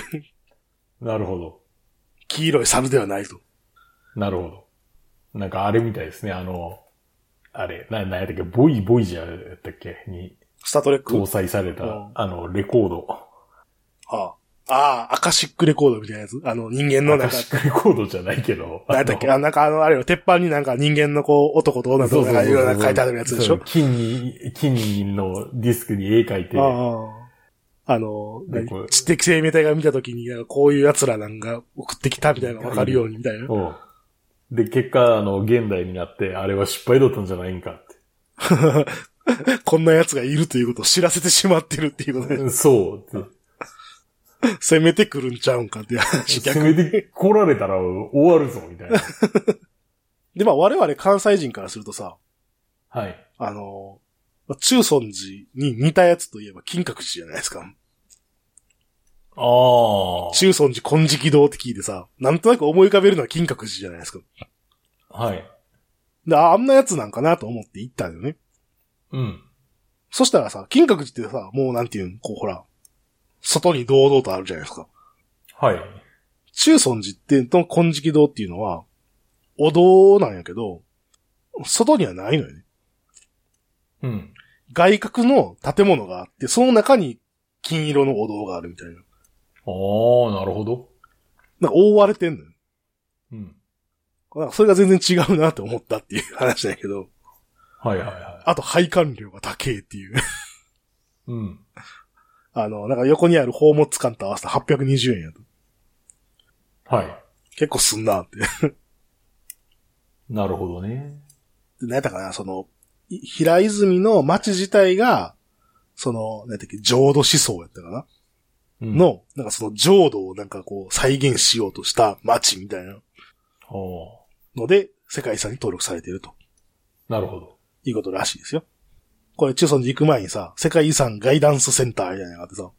Speaker 1: あ、なるほど。
Speaker 2: 黄色い猿ではないと。
Speaker 1: なるほど。なんかあれみたいですね、あの、あれ、な、なんやったっけ、ボイボイジャーやったっけに
Speaker 2: スタートレック
Speaker 1: 搭載された、
Speaker 2: うん
Speaker 1: あの、レコード。
Speaker 2: ああ。ああ、アカシックレコードみたいなやつあの、人間の
Speaker 1: ア
Speaker 2: 中
Speaker 1: カシックレ *laughs* コードじゃないけど。
Speaker 2: なんだっけあ、なんかあの、あれよ、鉄板になんか人間のこう、男と女となんかいろいろなんか書いてあるやつでし
Speaker 1: そう
Speaker 2: ょ
Speaker 1: 金に、金銀のディスクに絵描いて、
Speaker 2: ああ。あの、
Speaker 1: でこう
Speaker 2: 知的生命体が見たときに、なんかこういう奴らなんか送ってきたみたいなのわかるようにみたいな。
Speaker 1: うんで、結果、あの、現代になって、あれは失敗だったんじゃないんかっ
Speaker 2: こんな奴がいるということを知らせてしまってるっていうことで、
Speaker 1: て。そうって。
Speaker 2: *laughs* 攻めてくるんちゃうんかっていう話。 *laughs* 逆
Speaker 1: 攻めて来られたら終わるぞ、みたいな。
Speaker 2: で、まあ我々関西人からするとさ、
Speaker 1: はい。
Speaker 2: あの、まあ中尊寺に似たやつといえば金閣寺じゃないですか。
Speaker 1: ああ。
Speaker 2: 中尊寺金色堂って聞いてさ、なんとなく思い浮かべるのは金閣寺じゃないですか。
Speaker 1: はい。
Speaker 2: で、ああんなやつなんかなと思って行ったんだよね。
Speaker 1: うん。
Speaker 2: そしたらさ、金閣寺ってさ、もうなんていうん、こうほら、外に堂々とあるじゃないですか。
Speaker 1: はい。
Speaker 2: 中尊寺っての金色堂っていうのは、お堂なんやけど、外にはないのよね。
Speaker 1: うん。
Speaker 2: 外角の建物があって、その中に金色のお堂があるみたいな。
Speaker 1: ああ、なるほど。
Speaker 2: なんか覆われてんのよ。
Speaker 1: うん。
Speaker 2: なんかそれが全然違うなと思ったっていう *laughs* 話だけど、
Speaker 1: はいはいは
Speaker 2: あと配管料が高えっていう。 *laughs*
Speaker 1: い。うん。
Speaker 2: あの、なんか横にある宝物館と合わせて820円やと。
Speaker 1: はい。
Speaker 2: 結構すんなって。
Speaker 1: なるほどね。
Speaker 2: で何やったかな、その、い平泉の町自体が、その、何やったっけ、浄土思想やったかな。
Speaker 1: うん、
Speaker 2: の、なんかその浄土をなんかこう再現しようとした街みたいな
Speaker 1: ほ
Speaker 2: ので、世界遺産に登録されていると
Speaker 1: うなるほど。
Speaker 2: いうことらしいですよ。これ、チュソンに行く前にさ、世界遺産ガイダンスセンターみたいなのがあってさ、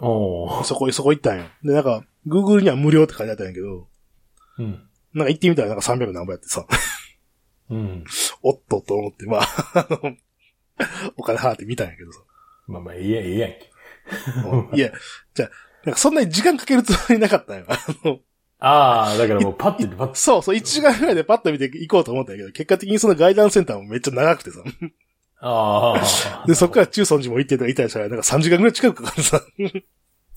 Speaker 1: おー
Speaker 2: そこ、そこ行ったんよ。で、なんか、Google には無料って書いてあったんやけど、
Speaker 1: うん。
Speaker 2: なんか行ってみたらなんか300何本やってさ、 *laughs*
Speaker 1: うん。
Speaker 2: おっとと思って、まあ、 *laughs* あの、お金払ってみたんやけどさ。
Speaker 1: まあまあ、ええやん、ええやんけ。
Speaker 2: *laughs* いや、じゃあなんかそんなに時間かけるつもりなかったんよ。あ *laughs* の、
Speaker 1: ああ、だからもうパッて、パッ *laughs* て。
Speaker 2: そうそう、1時間ぐらいでパッと見て行こうと思ったんやけど、結果的にそのガイダンスセンターもめっちゃ長くてさ。
Speaker 1: ああ。
Speaker 2: で、そっから中尊寺も行ってたりたりしたら、なんか3時間ぐらい近くかかってさ、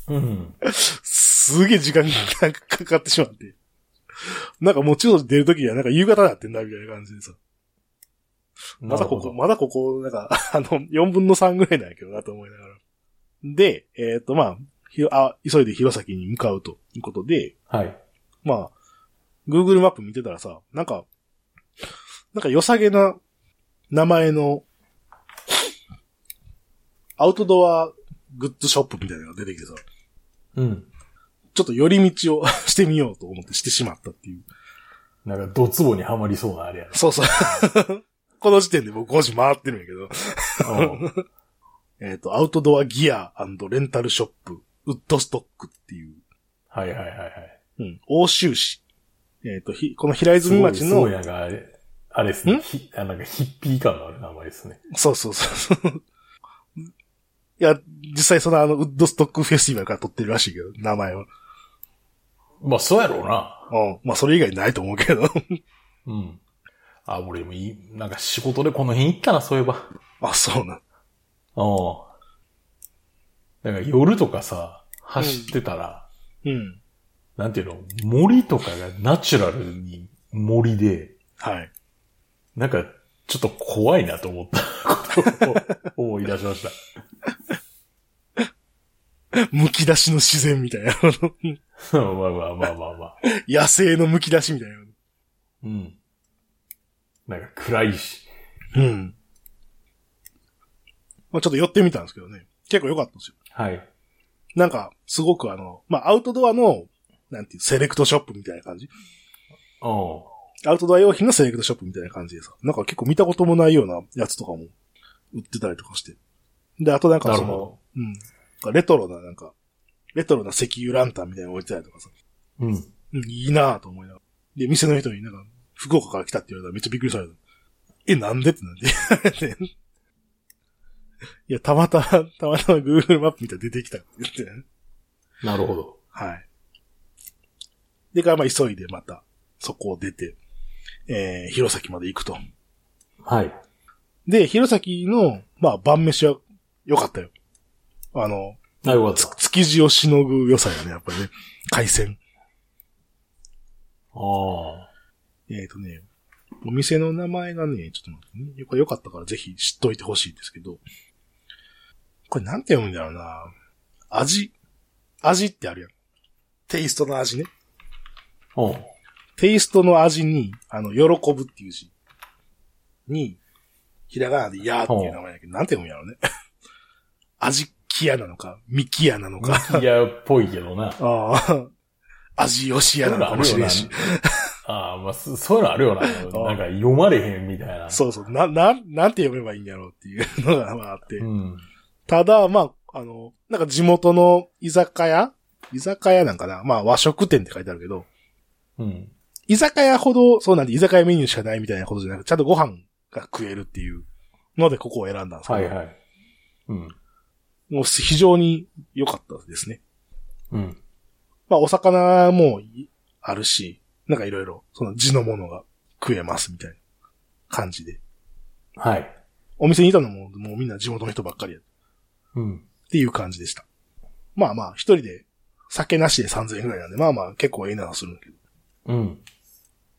Speaker 1: うん。
Speaker 2: すげえ時間がかかってしまって。なんかもう中尊寺出るときにはなんか夕方になってんだみたいな感じでさ。まだここ、
Speaker 1: なる
Speaker 2: まだここ、なんか、 *laughs* あの、4分の3ぐらいなんやけどなと思いながら。で、えっ、と、まあ、ひろあ、急いで弘前に向かうということで、
Speaker 1: ほど。はい。
Speaker 2: まあ、Google マップ見てたらさ、なんか、なんか良さげな名前の、アウトドアグッズショップみたいなのが出てきてさ、
Speaker 1: うん。
Speaker 2: ちょっと寄り道を *laughs* してみようと思ってしてしまったっていう。
Speaker 1: なんか、ドツボにはまりそうなあれやな
Speaker 2: そうそう。 *laughs* この時点で僕5時回ってるんやけど。
Speaker 1: *laughs* うん。
Speaker 2: えっ、と、アウトドアギアレンタルショップ、ウッドストックっていう、
Speaker 1: はいはいはいはい。
Speaker 2: うん、欧州市。えっ、と、ひ、この平
Speaker 1: す
Speaker 2: 泉
Speaker 1: ごい、
Speaker 2: 町
Speaker 1: す
Speaker 2: の
Speaker 1: ごい、なんかあれ、あれですね。
Speaker 2: ん
Speaker 1: ひあなんかヒッピー感のある名前ですね。
Speaker 2: そうそうそうそう。いや、実際そのあの、ウッドストックフェスティバルから撮ってるらしいけど、名前は。
Speaker 1: まあ、そうやろうな。
Speaker 2: うん。まあ、それ以外ないと思うけど。 *laughs*
Speaker 1: うん。あ、俺もいい、なんか仕事でこの辺行ったな、そういえば。
Speaker 2: あ、そうな
Speaker 1: う
Speaker 2: ん。
Speaker 1: ん。なんか夜とかさ、走ってたら、
Speaker 2: うん。
Speaker 1: なんていうの、森とかがナチュラルに森で、
Speaker 2: はい。
Speaker 1: なんか、ちょっと怖いなと思ったことを思い出しました。
Speaker 2: 剥き出しの自然みたいな。 *laughs*
Speaker 1: *laughs* まあまあまあまあまあ。
Speaker 2: 野生の剥き出しみたいな。
Speaker 1: うん。なんか暗いし。
Speaker 2: うん。まあ、ちょっと寄ってみたんですけどね。結構良かったんですよ。
Speaker 1: はい。
Speaker 2: なんか、すごくあの、まあ、アウトドアの、なんていう、セレクトショップみたいな感じ。
Speaker 1: うん。
Speaker 2: アウトドア用品のセレクトショップみたいな感じでさ、なんか結構見たこともないようなやつとかも売ってたりとかして。で、あとなんかそ
Speaker 1: なるほ
Speaker 2: の、うん。なんかレトロななんか、レトロな石油ランタンみたいなの置いてたりとかさ、
Speaker 1: うん。
Speaker 2: うん、いいなぁと思いながら。で、店の人になんか、福岡から来たって言われたらめっちゃびっくりされた。え、なんでってなんで *laughs* いや、たまたま、たまたま Google マップ見たら出てきたって言って。
Speaker 1: なるほど。
Speaker 2: はい。で、からまあ急いでまた、そこを出て、えー、弘前まで行くと。
Speaker 1: はい。
Speaker 2: で、弘前の、まあ晩飯は良かったよ。あの、
Speaker 1: なるほど
Speaker 2: つ。築地をしのぐ良さよね、やっぱりね。海鮮。
Speaker 1: あ
Speaker 2: えっ、とね、お店の名前がね、ちょっと待ってね。これ良かったからぜひ知っといてほしいんですけど。これなんて読むんだろうな味。味ってあるやん。テイストの味ね。
Speaker 1: あ。うん。
Speaker 2: テイストの味に、あの、喜ぶっていう字に、ひらがなでやーっていう名前だけど、なんて読むんやろうね。 *laughs* 味キヤなのか、ミキヤなのか、
Speaker 1: いや、っぽいけどな。
Speaker 2: ああ、 *laughs* 味よしやなのかもしれんし。
Speaker 1: *laughs* ああ、まあ、そそういうのあるよな。なんか読まれへんみたいな。
Speaker 2: そうそう、な、なん、なんて読めばいいんやろうっていうのがまああって。
Speaker 1: うん。
Speaker 2: ただ、まあ、あの、なんか地元の居酒屋居酒屋なんかなまあ和食店って書いてあるけど、
Speaker 1: うん。
Speaker 2: 居酒屋ほど、そうなんで居酒屋メニューしかないみたいなことじゃなくて、ちゃんとご飯が食えるっていうので、ここを選んだんですけど、
Speaker 1: はいはい。うん。
Speaker 2: もう非常に良かったですね。
Speaker 1: うん。
Speaker 2: まあ、お魚もいあるし、なんかいろいろ、その地のものが食えますみたいな感じで。
Speaker 1: はい。
Speaker 2: お店にいたのも、もうみんな地元の人ばっかりや
Speaker 1: うん。
Speaker 2: っていう感じでした。まあまあ、一人で、酒なしで3000円ぐらいなんで、まあまあ、結構ええなするんだけど。
Speaker 1: うん。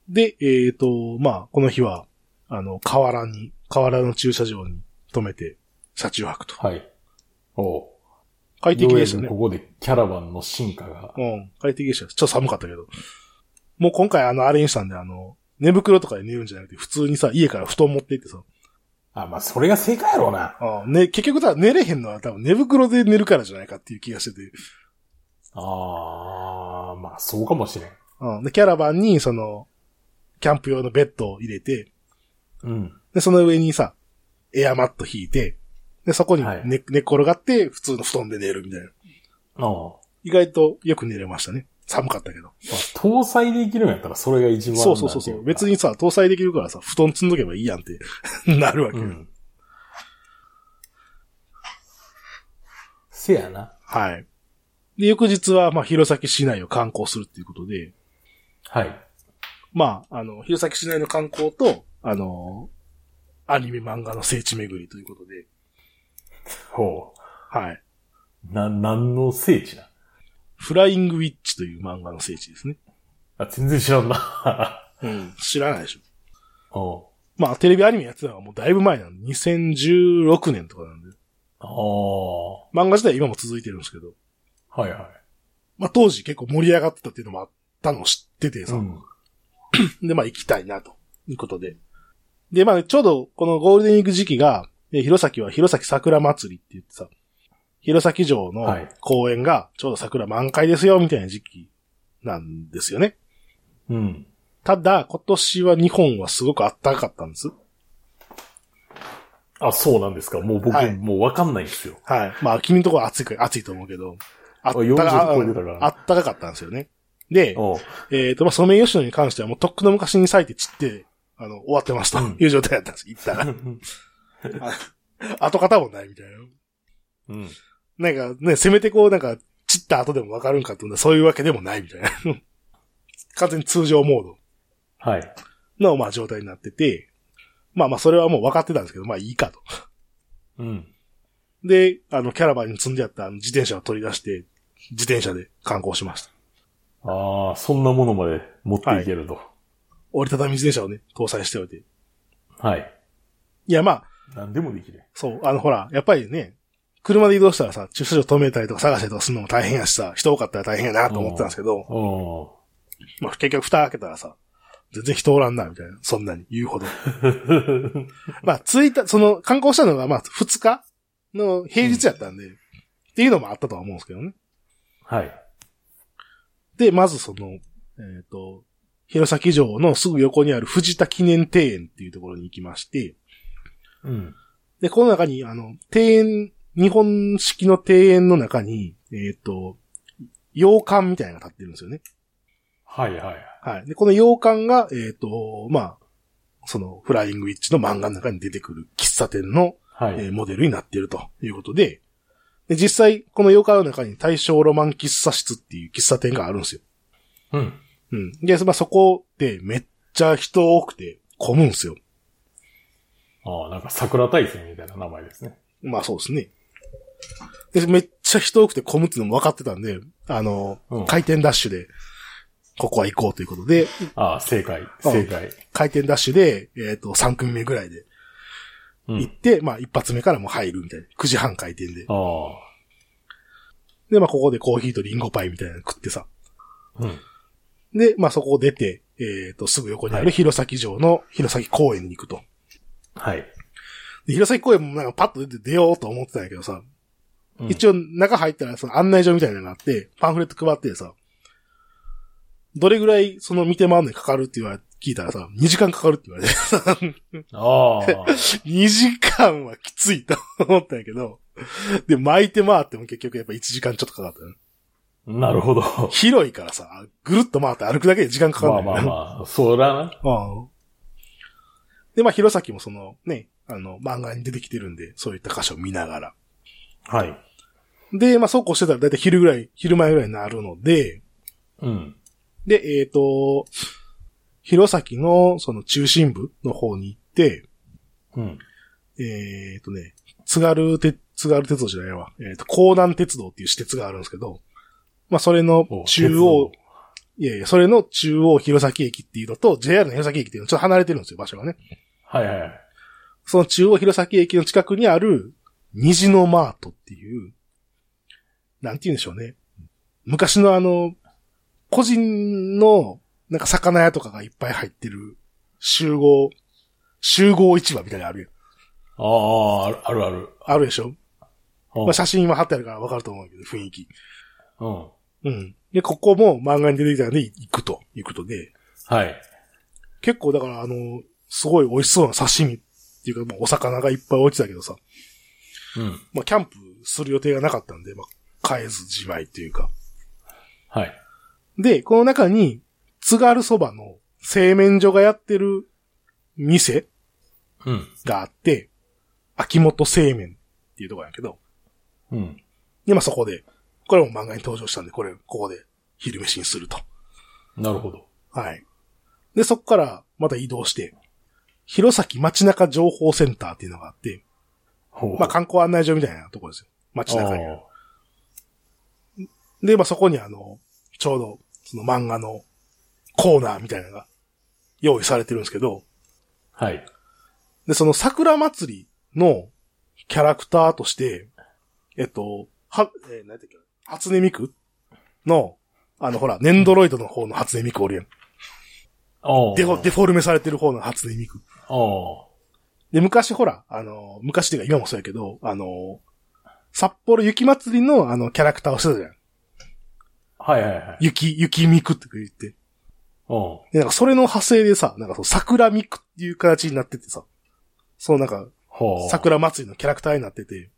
Speaker 2: で、えっ、と、まあ、この日は、あの、河原に、河原の駐車場に止めて、車中泊と。
Speaker 1: はい。おう。
Speaker 2: 快適でした
Speaker 1: ようや
Speaker 2: ね
Speaker 1: く。ここでキャラバンの進化が。
Speaker 2: うん、快適でした。ちょっと寒かったけど。もう今回あの、あれにしたんで、あの、寝袋とかで寝るんじゃなくて、普通にさ、家から布団持って行ってさ、
Speaker 1: あ、まあ、それが正解やろうな。
Speaker 2: あね、結局だ、寝れへんのは多分寝袋で寝るからじゃないかっていう気がしてて、
Speaker 1: ああ、まあそうかもしれん。
Speaker 2: うん。で、キャラバンに、その、キャンプ用のベッドを入れて、
Speaker 1: うん。
Speaker 2: で、その上にさ、エアマット引いて、で、そこに寝,、
Speaker 1: はい
Speaker 2: 寝っ転がって、普通の布団で寝るみたいな。
Speaker 1: ああ。
Speaker 2: 意外とよく寝れましたね。寒かったけど。
Speaker 1: まあ、搭載できるんやったらそれが一番
Speaker 2: そうそうそうそう。別にさ、搭載できるからさ、布団積んどけばいいやんって、 *laughs* なるわけ
Speaker 1: う
Speaker 2: よ、
Speaker 1: ん。せやな。
Speaker 2: はい。で、翌日は、まあ、弘前市内を観光するっていうことで、
Speaker 1: はい。
Speaker 2: まあ、あの、弘前市内の観光と、あの、アニメ漫画の聖地巡りということで、
Speaker 1: ほ
Speaker 2: はい。
Speaker 1: う。な、何の聖地な
Speaker 2: フライングウィッチという漫画の聖地ですね。
Speaker 1: あ、全然知らんな。 *laughs*
Speaker 2: うん。知らないでしょ。
Speaker 1: おう
Speaker 2: まあ、テレビアニメやってたのはもうだいぶ前なんで、2016年とかなんで、
Speaker 1: あ
Speaker 2: 漫画自体今も続いてるんですけど、
Speaker 1: あ。はいは
Speaker 2: まあ、当時結構盛り上がってたっていうのもあったのを知ってて
Speaker 1: い。
Speaker 2: さ、
Speaker 1: ん。
Speaker 2: で、まあ、行きたいな、ということで。で、まあ、ちょうどこのゴールデンウィーク時期が、え弘前は弘前桜祭りって言ってさ、弘前城の
Speaker 1: はい
Speaker 2: 公園がちょうど桜満開ですよ、みたいな時期なんですよね。
Speaker 1: うん。
Speaker 2: ただ、今年は日本はすごく暖かかったんです。
Speaker 1: あ、そうなんですか。もう僕、
Speaker 2: はい
Speaker 1: もうわかんないんですよ。
Speaker 2: はい。まあ、君のところは暑いか、暑いと思うけど、あ
Speaker 1: 40超えてたから
Speaker 2: あったかかったんですよね。で、
Speaker 1: お *laughs* う
Speaker 2: えっ、と、まあ、ソメイヨシノに関してはもうとっくの昔に咲いて散って、あの、終わってますと
Speaker 1: うん
Speaker 2: いう状態だったんです、行ったら。
Speaker 1: *laughs*
Speaker 2: 跡形もないみたい
Speaker 1: うん。
Speaker 2: な。なんかね、せめてこう、なんか、散った後でもわかるんかって思ったらそういうわけでもないみたいな。 *laughs* 完全に通常モー
Speaker 1: はい。
Speaker 2: ドの、まあ、状態になってて、まあまあ、それはもう分かってたんですけど、まあいいかと。
Speaker 1: うん。
Speaker 2: で、あの、キャラバンに積んであったあの自転車を取り出して、自転車で観光しました。
Speaker 1: ああ、そんなものまで持っていけると。
Speaker 2: 折りたたみ自転車をね、搭載しておいて。い
Speaker 1: はい。
Speaker 2: や、まあ、
Speaker 1: 何でもできる。
Speaker 2: そう、あの、ほら、やっぱりね、車で移動したらさ、駐車場止めたりとか探したりとかするのも大変やしさ、人多かったら大変やなと思ってたんですけど、
Speaker 1: おう *laughs*
Speaker 2: まあ、結局蓋開けたらさ、全然人おらんな、みたいな。そんなに言うほど。まあ、着いた、その、観光したのが、まあ、2日の平日やったんで、っていうのもあったとは思うんですけどね。
Speaker 1: はい。
Speaker 2: で、まずその、えっ、と、弘前城のすぐ横にある藤田記念庭園っていうところに行きまして、
Speaker 1: うん。
Speaker 2: で、この中に、あの、庭園、日本式の庭園の中に、えっ、と、洋館みたいなのが立ってるんですよね。
Speaker 1: はいはい。
Speaker 2: はい。で、この洋館が、えっ、と、まあ、その、フライングウィッチの漫画の中に出てくる喫茶店の、
Speaker 1: はい。
Speaker 2: えーモデルになっているということで、で、実際、この洋館の中に大正ロマン喫茶室っていう喫茶店があるんですよ。
Speaker 1: うん。
Speaker 2: うん。で、まあ、そこでめっちゃ人多くて混むんですよ。
Speaker 1: ああ、なんか桜大戦みたいな名前ですね。
Speaker 2: まあそうですね。で、めっちゃ人多くて混むっていうのも分かってたんで、あの、
Speaker 1: うん
Speaker 2: 回転ダッシュで、ここは行こうということで、
Speaker 1: ああ、正解。正解。
Speaker 2: 回転ダッシュで、えっ、と、3組目ぐらいで
Speaker 1: う
Speaker 2: 行っ
Speaker 1: ん。
Speaker 2: て、まあ一発目からもう入るみたいな。9時半回転で。
Speaker 1: ああ。
Speaker 2: で、まあここでコーヒーとリンゴパイみたいなの食ってさ。
Speaker 1: うん。
Speaker 2: で、まあそこを出て、えっ、と、すぐ横にあ
Speaker 1: は
Speaker 2: る
Speaker 1: い
Speaker 2: 弘前城の弘前公園に行くと。
Speaker 1: はい。
Speaker 2: で、弘前公園もなんかパッと出て出ようと思ってたんやけどさ、一応中入ったらその案内所みたいなのがあって、パンフレット配ってさ、どれぐらいその見て回るのにかかるって言われ、聞いたらさ、2時間かかるって言われて、 *laughs*
Speaker 1: あ *laughs* あ。
Speaker 2: 2時間はきついと思ったんやけど、で、巻いて回っても結局やっぱ1時間ちょっとかかったよね
Speaker 1: なるほど。
Speaker 2: 広いからさ、ぐるっと回って歩くだけで時間かかるん
Speaker 1: ま
Speaker 2: だ
Speaker 1: あ
Speaker 2: よ、ね。
Speaker 1: まあまあ、そらな。
Speaker 2: うんで、まあ、弘前もそのね、あの、漫画に出てきてるんで、そういった箇所を見ながら。
Speaker 1: はい。
Speaker 2: で、まあ、そうこうしてたらだいたい昼ぐらい、昼前ぐらいになるので、
Speaker 1: うん。
Speaker 2: で、えっ、と、弘前のその中心部の方に行って、
Speaker 1: うん。
Speaker 2: えっ、とね、津軽鉄、津軽鉄道じゃないわ。えっ、と、江南鉄道っていう私鉄があるんですけど、まあ、それの
Speaker 1: お
Speaker 2: 中央、。いやいや、それの中央弘前駅っていうのと、JR の弘前駅っていうのちょっと離れてるんですよ、場所がね。
Speaker 1: はいはいはい。
Speaker 2: その中央弘前駅の近くにある、虹のマートっていう、なんて言うんでしょうね。昔のあの、個人の、なんか魚屋とかがいっぱい入ってる、集合、集合市場みたいなのあるよ。
Speaker 1: ああ、あるあるある。
Speaker 2: あるでしょ
Speaker 1: うん
Speaker 2: まあ、写真は貼ってあるからわかると思うけど、雰囲気。
Speaker 1: うん。
Speaker 2: うん。で、ここも漫画に出てきたので、行くと、行くとで、
Speaker 1: はい。
Speaker 2: 結構だからあの、すごい美味しそうな刺身っていうか、まあ、お魚がいっぱい落ちたけどさ、
Speaker 1: うん。
Speaker 2: まあ、キャンプする予定がなかったんで、まあ、帰ずじまいっていうか。
Speaker 1: はい。
Speaker 2: で、この中に、津軽そばの製麺所がやってる店
Speaker 1: うん。
Speaker 2: があって、秋元製麺っていうとこやけど、
Speaker 1: うん。
Speaker 2: で、まあ、そこで、これも漫画に登場したんで、これ、ここで昼飯にすると。
Speaker 1: なるほど。
Speaker 2: はい。で、そこからまた移動して、弘前町中情報センターっていうのがあって、
Speaker 1: ほう
Speaker 2: まあ、観光案内所みたいなところですよ。町中にある。
Speaker 1: あ
Speaker 2: で、まあ、そこにあの、ちょうど、その漫画のコーナーみたいなのが用意されてるんですけど、
Speaker 1: ーはい。
Speaker 2: で、その桜祭りのキャラクターとして、えっと、は、えー、何やったっけ初音ミクの、あの、ほら、ネンドロイドの方の初音ミクおるやん。
Speaker 1: ああ。
Speaker 2: デフォデフォルメされてる方の初音ミク。
Speaker 1: ああ。
Speaker 2: で、昔ほら、あの、昔っていうか今もそうやけど、あの、札幌雪祭りのあの、キャラクターをしてたじゃん。
Speaker 1: はいはいはい。
Speaker 2: 雪、雪ミクって言って。
Speaker 1: うん。
Speaker 2: で、なんかそれの派生でさ、なんかその桜ミクっていう形になっててさ、そのなんか
Speaker 1: ほう。
Speaker 2: 桜祭りのキャラクターになってて、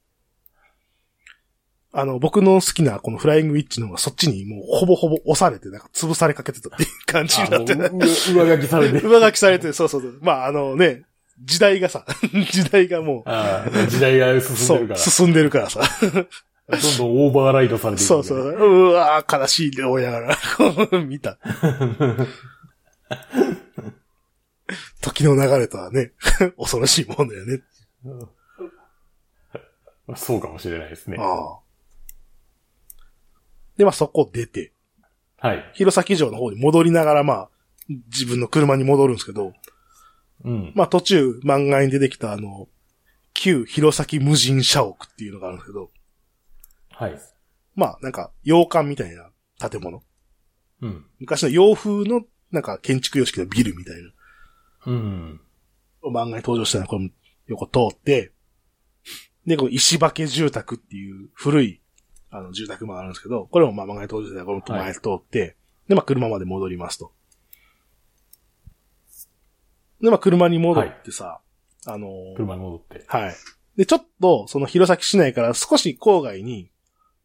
Speaker 2: あの、僕の好きなこのフライングウィッチの方がそっちにもうほぼほぼ押されて、なんか潰されかけてたっていう感じになって
Speaker 1: あも
Speaker 2: ね
Speaker 1: う。う上書きされてる。
Speaker 2: 上書きされて、 *laughs* そうそうそう。まああのね、時代がさ、 *laughs* 時代がも
Speaker 1: ああ、時代が
Speaker 2: う、
Speaker 1: 進
Speaker 2: そ
Speaker 1: んでる
Speaker 2: う、
Speaker 1: か
Speaker 2: 進んでるからさ。
Speaker 1: ら。どんどんオーバーライトされていく
Speaker 2: そうそう。。うわー悲しいで思いながら、 *laughs* こう
Speaker 1: *laughs*
Speaker 2: 見た。時の流れとはね、 *laughs* 恐ろしいもんだよね。
Speaker 1: そうかもしれないですね。
Speaker 2: ああ。で、まあそこ出て、
Speaker 1: はい。
Speaker 2: 弘前城の方に戻りながら、まあ、自分の車に戻るんですけど、
Speaker 1: うん。
Speaker 2: まあ途中漫画に出てきたあの、旧弘前無人社屋っていうのがあるんですけど、
Speaker 1: はい。
Speaker 2: まあなんか洋館みたいな建物。
Speaker 1: うん。
Speaker 2: 昔の洋風のなんか建築様式のビルみたいな。
Speaker 1: うん。
Speaker 2: 漫画に登場したのこれも横通って、で、この石化け住宅っていう古い、あの、住宅もあるんですけど、これもまあ漫画に登場したこれも前通って、で、まあ車まで戻りますと。で、まあ車に戻ってさ、あのー
Speaker 1: 車に戻って。
Speaker 2: はい。で、ちょっと、その弘前市内から少し郊外に、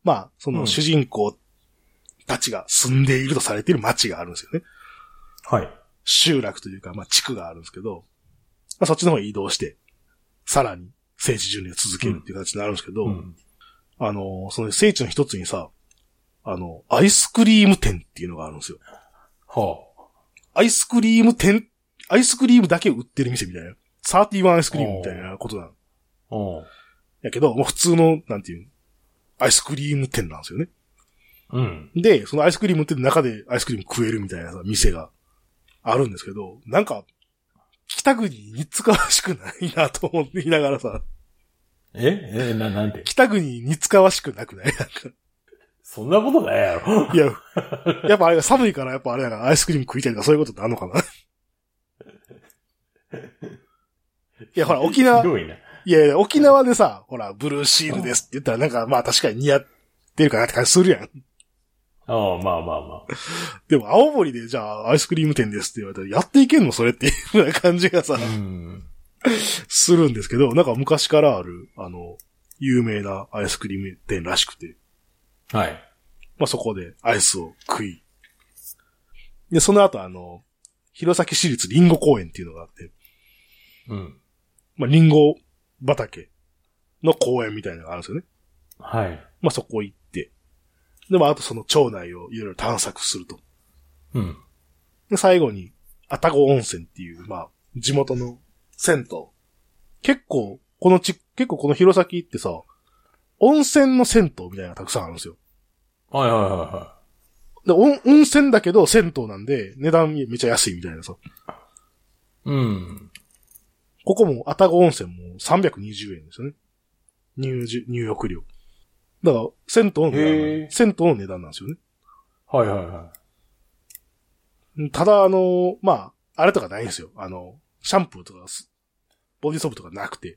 Speaker 2: まあ、そうの
Speaker 1: ん
Speaker 2: 主人公たちが住んでいるとされている町があるんですよね。
Speaker 1: はい。
Speaker 2: 集落というか、まあ、地区があるんですけど、まあ、そっちの方に移動して、さらに聖地巡礼を続けるっていう形になるんですけど、
Speaker 1: うん。
Speaker 2: あの、その聖地の一つにさ、あの、アイスクリーム店っていうのがあるんですよ。
Speaker 1: はあ。
Speaker 2: アイスクリーム店、アイスクリームだけ売ってる店みたいな。31アイスクリームみたいなことなの。
Speaker 1: うん。
Speaker 2: やけど、もう普通の、なんていうの、アイスクリーム店なんですよね。
Speaker 1: うん。
Speaker 2: で、そのアイスクリームって中でアイスクリーム食えるみたいなさ、店があるんですけど、なんか、北国に似つかわしくないなと思っていながらさ、
Speaker 1: ええ、な、なんて。
Speaker 2: 北国に似つかわしくなくない *laughs* なんか
Speaker 1: そんなことないやろ。
Speaker 2: いや、やっぱあれが寒いからやっぱあれだからアイスクリーム食いたいとかそういうことってあんのかな *laughs* いや、ほら、沖縄
Speaker 1: ひ、どいな。
Speaker 2: いやいや、沖縄でさ、ほら、ブルーシールですって言ったらなんかまあ確かに似合ってるかなって感じするやん。
Speaker 1: ああ、まあまあま
Speaker 2: でも青森でじゃあアイスクリーム店ですって言われたらやっていけんのそれっていうような感じがさ
Speaker 1: あ。う、ん。
Speaker 2: するんですけど、なんか昔からある、あの、有名なアイスクリーム店らしくて、
Speaker 1: はい。
Speaker 2: まあそこでアイスを食い。で、その後あの、弘前市立リンゴ公園っていうのがあって、
Speaker 1: うん。
Speaker 2: まあリンゴ畑の公園みたいなのがあるんですよね。
Speaker 1: はい。
Speaker 2: まあそこ行って、で、まああとその町内をいろいろ探索すると。
Speaker 1: うん。
Speaker 2: で、最後に、愛宕温泉っていう、まあ、地元の銭湯。結構、このち、結構この弘前ってさ、温泉の銭湯みたいなのがたくさんあるんですよ。
Speaker 1: はいはいはいは
Speaker 2: で、温温泉だけど銭湯なんで、値段めっちゃ安いみたいなさ。
Speaker 1: い。うん。
Speaker 2: ここも、愛宕温泉も320円ですよね。入住、入浴料。だから、銭湯の値
Speaker 1: へ
Speaker 2: 段
Speaker 1: ー、
Speaker 2: 銭湯の値段なんですよね。
Speaker 1: はいはいは
Speaker 2: ただ、あの、まあ、あれとかないんですよ。あの、シャンプーとかす、ボディソープとかなくて。
Speaker 1: い。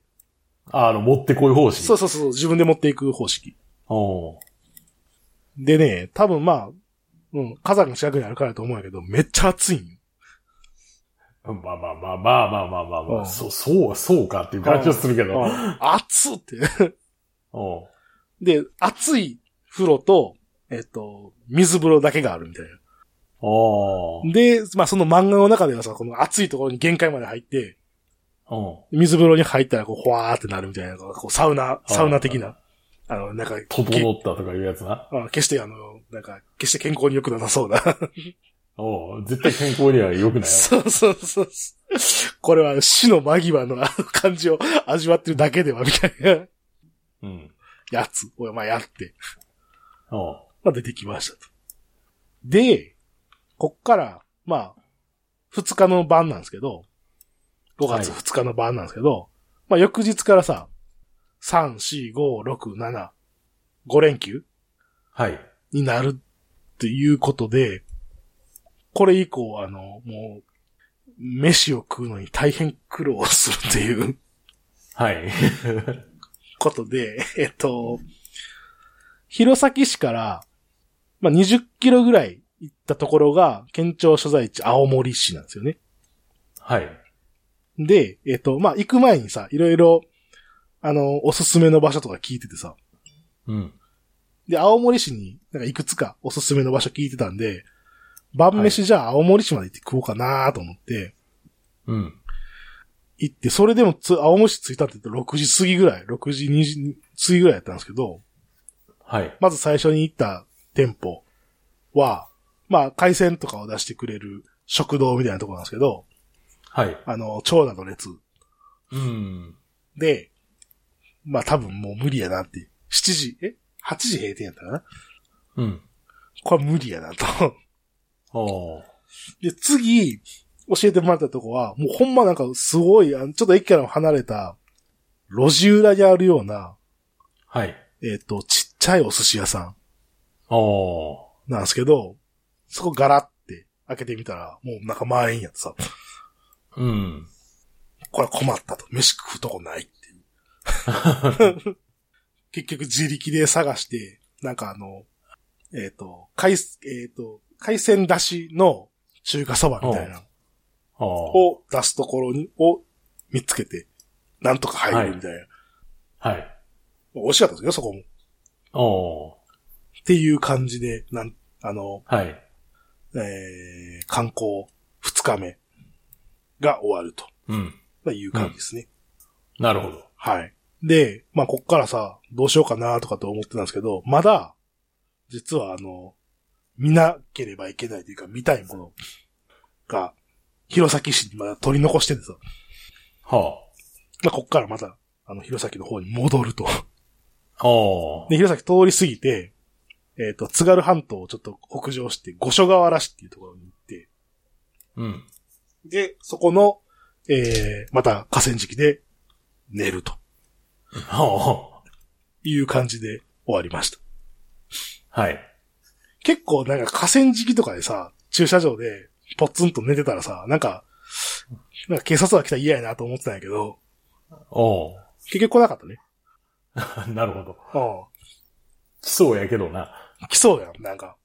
Speaker 1: あの、持ってこい方針。
Speaker 2: そうそうそう、自分で持っていく方式。
Speaker 1: おう
Speaker 2: でね、多分まあ、うん、火山が近くにあるからだと思うんやけど、めっちゃ暑いんよ。
Speaker 1: まあまあまあまあまあまあまあまあ、
Speaker 2: うん
Speaker 1: そう、そう、そうかっていう感じはするけど。
Speaker 2: 暑って。
Speaker 1: うん
Speaker 2: *laughs* で、暑い風呂と、えっと、水風呂だけがあるみたいな。
Speaker 1: ああ。
Speaker 2: で、まあその漫画の中ではさ、この暑いところに限界まで入って、
Speaker 1: うん。
Speaker 2: 水風呂に入ったらこう、ほわーってなるみたいな、こうサウナ、サウナ的な。あの、なんか、
Speaker 1: 整
Speaker 2: け
Speaker 1: ったとかいうやつな。
Speaker 2: あ決してあの、なんか、決して健康に良くなさそうな。
Speaker 1: おう絶対健康には良くないよ。
Speaker 2: *laughs* そうそうそうそう。これは死の間際のあの感じを味わってるだけでは、みたいな
Speaker 1: うん。
Speaker 2: やつを、まあやって、
Speaker 1: おう
Speaker 2: まあ出てきましたと。で、こっから、まあ、二日の晩なんですけど、5月
Speaker 1: はい
Speaker 2: 二日の晩なんですけど、まあ翌日からさ、3、4、5、6、7、5連休
Speaker 1: はい。
Speaker 2: になるっていうことで、これ以降、あの、もう、飯を食うのに大変苦労するっていう
Speaker 1: はい。 *laughs*
Speaker 2: ことで、 *laughs* えっと、弘前市から、まあ、20キロぐらい行ったところが、県庁所在地青森市なんですよね。
Speaker 1: はい。
Speaker 2: で、えっと、まあ、行く前にさ、いろいろ、あの、おすすめの場所とか聞いててさ、
Speaker 1: うん。
Speaker 2: で、青森市に、なんかいくつかおすすめの場所聞いてたんで、晩飯じゃあ青森市まで行って食おうかなと思って、
Speaker 1: うん。
Speaker 2: 行って、それでもつ、青森市着いたって言ったら6時過ぎぐらい、6時2時過ぎぐらいやったんですけど、
Speaker 1: はい。
Speaker 2: まず最初に行った店舗は、まあ、海鮮とかを出してくれる食堂みたいなところなんですけど、
Speaker 1: はい。
Speaker 2: あの、長蛇の列
Speaker 1: うん。
Speaker 2: で、まあ多分もう無理やなって、7時、え ?8 時閉店やったかな
Speaker 1: うん。
Speaker 2: これは無理やなと。 *laughs*
Speaker 1: おう
Speaker 2: で、次、教えてもらったとこは、もうほんまなんかすごい、あのちょっと駅からも離れた、路地裏にあるような、
Speaker 1: はい。
Speaker 2: えっ、と、ちっちゃいお寿司屋さ
Speaker 1: おうん
Speaker 2: なんですけど、そこガラって開けてみたら、もうなんか満員やってさ、
Speaker 1: うん。
Speaker 2: これは困ったと。飯食うとこないっていう。結局自力で探して、なんかあの、えっ、と、海、えっ、と、海鮮出汁の中華そばみたいな。
Speaker 1: おう
Speaker 2: を出すところに、を見つけて、なんとか入るみたいな。
Speaker 1: はい。
Speaker 2: 美味しかったですよ、そこも。
Speaker 1: おう
Speaker 2: っていう感じで、なん、あの、
Speaker 1: はい。
Speaker 2: えー、観光二日目が終わると
Speaker 1: うん。
Speaker 2: まあいう感じですね。
Speaker 1: なるほど。
Speaker 2: はい。で、まあ、こっからさ、どうしようかなとかと思ってたんですけど、まだ、実はあの、見なければいけないというか、見たいものが、弘前市にまだ取り残しててさ、
Speaker 1: は
Speaker 2: まあ、こっからまた、あの、弘前の方に戻 *laughs* ると。
Speaker 1: あ。おう
Speaker 2: で、弘前通り過ぎて、えっ、と、津軽半島をちょっと北上して、五所川原市っていうところに行って、
Speaker 1: うん。
Speaker 2: で、そこの、えー、また河川敷で寝ると
Speaker 1: おう
Speaker 2: いう感じで終わりました。
Speaker 1: はい。
Speaker 2: 結構なんか河川敷とかでさ、駐車場でポツンと寝てたらさ、なんか、なんか警察が来たら嫌やなと思ってたんやけど、
Speaker 1: おう
Speaker 2: 結局来なかったね。
Speaker 1: *laughs* なるほど。
Speaker 2: う
Speaker 1: 来そうやけどな。
Speaker 2: ん。来そうやん、なんか。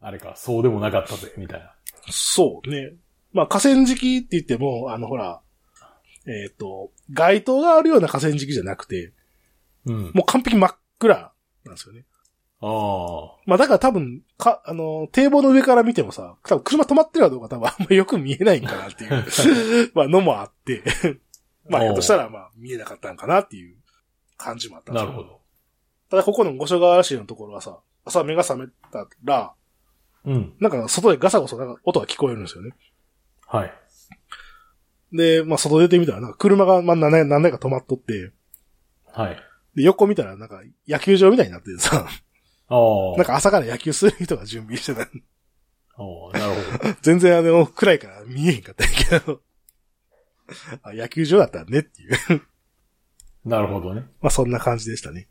Speaker 1: あれか、そうでもなかったぜ、みたいな。
Speaker 2: そうね。まあ河川敷って言っても、あのほら、えっ、と、街灯があるような河川敷じゃなくて、
Speaker 1: うん。
Speaker 2: もう完璧真っ暗なんですよね。
Speaker 1: あ
Speaker 2: まあだから多分、か、あの、堤防の上から見てもさ、多分車止まってるかどうか多分あんまよく見えないんかなっ
Speaker 1: *laughs*
Speaker 2: ていう、まあのもあって、 *laughs* ま
Speaker 1: お
Speaker 2: あ
Speaker 1: う
Speaker 2: ひょっとしたらまあ見えなかったんかなっていう感じもあった
Speaker 1: あ。
Speaker 2: んです
Speaker 1: な
Speaker 2: よ
Speaker 1: るほど。
Speaker 2: ただここの五所川原市のところはさ、朝目が覚めたら、
Speaker 1: うん。
Speaker 2: なんか外でガサゴサなんか音が聞こえるんですよね。
Speaker 1: はい。
Speaker 2: で、まあ外出てみたら、なんか車がまあ何台何台か止まっとって、
Speaker 1: はい。
Speaker 2: で、横見たらなんか野球場みたいになってて
Speaker 1: *laughs*
Speaker 2: さ、
Speaker 1: ああ。
Speaker 2: なんか朝から野球する人が準備してた。
Speaker 1: おうなるほど。
Speaker 2: 全然あの、暗いから見えへんかったんやけど。 *laughs* あ野球場だったんねっていう。 *laughs*
Speaker 1: なるほどね。
Speaker 2: まあそんな感じでしたね。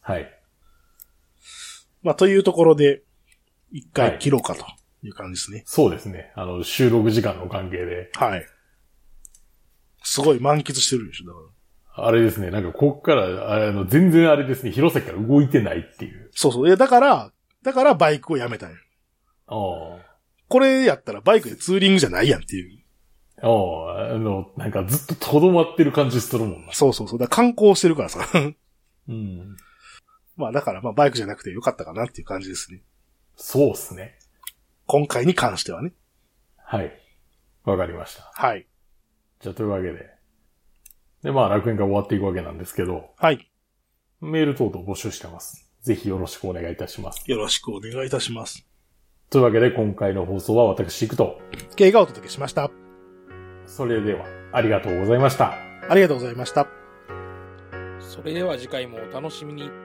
Speaker 1: はい。
Speaker 2: まあというところで、一
Speaker 1: は
Speaker 2: 回
Speaker 1: い
Speaker 2: 切ろうかという感じですね。
Speaker 1: そうですね。あの、収録時間の関係で。
Speaker 2: はい。すごい満喫してるでしょ、だから。
Speaker 1: あれですね。なんか、こっから、ああの、全然あれですね。広崎から動いてないっていう。
Speaker 2: そうそう。いや、だから、だからバイクをやめたんよ。
Speaker 1: ああ。
Speaker 2: これやったらバイクでツーリングじゃないやんっていう。
Speaker 1: ああ、あの、なんかずっととどまってる感じするもんな。
Speaker 2: そうそうそう。だから観光してるからさ。 *laughs*
Speaker 1: うん。
Speaker 2: まあだからまあバイクじゃなくてよかったかなっていう感じですね。
Speaker 1: そうっすね。
Speaker 2: 今回に関してはね。
Speaker 1: はい。わかりました。
Speaker 2: はい。
Speaker 1: じゃあ、というわけで。で、まあ、楽園が終わっていくわけなんですけど、
Speaker 2: はい。
Speaker 1: メール等々募集してます。ぜひよろしくお願いいたします。
Speaker 2: よろしくお願いいたします。
Speaker 1: というわけで、今回の放送は私行くと。
Speaker 2: 経がお届けしました。
Speaker 1: それでは、ありがとうございました。
Speaker 2: ありがとうございました。
Speaker 3: それでは次回もお楽しみに。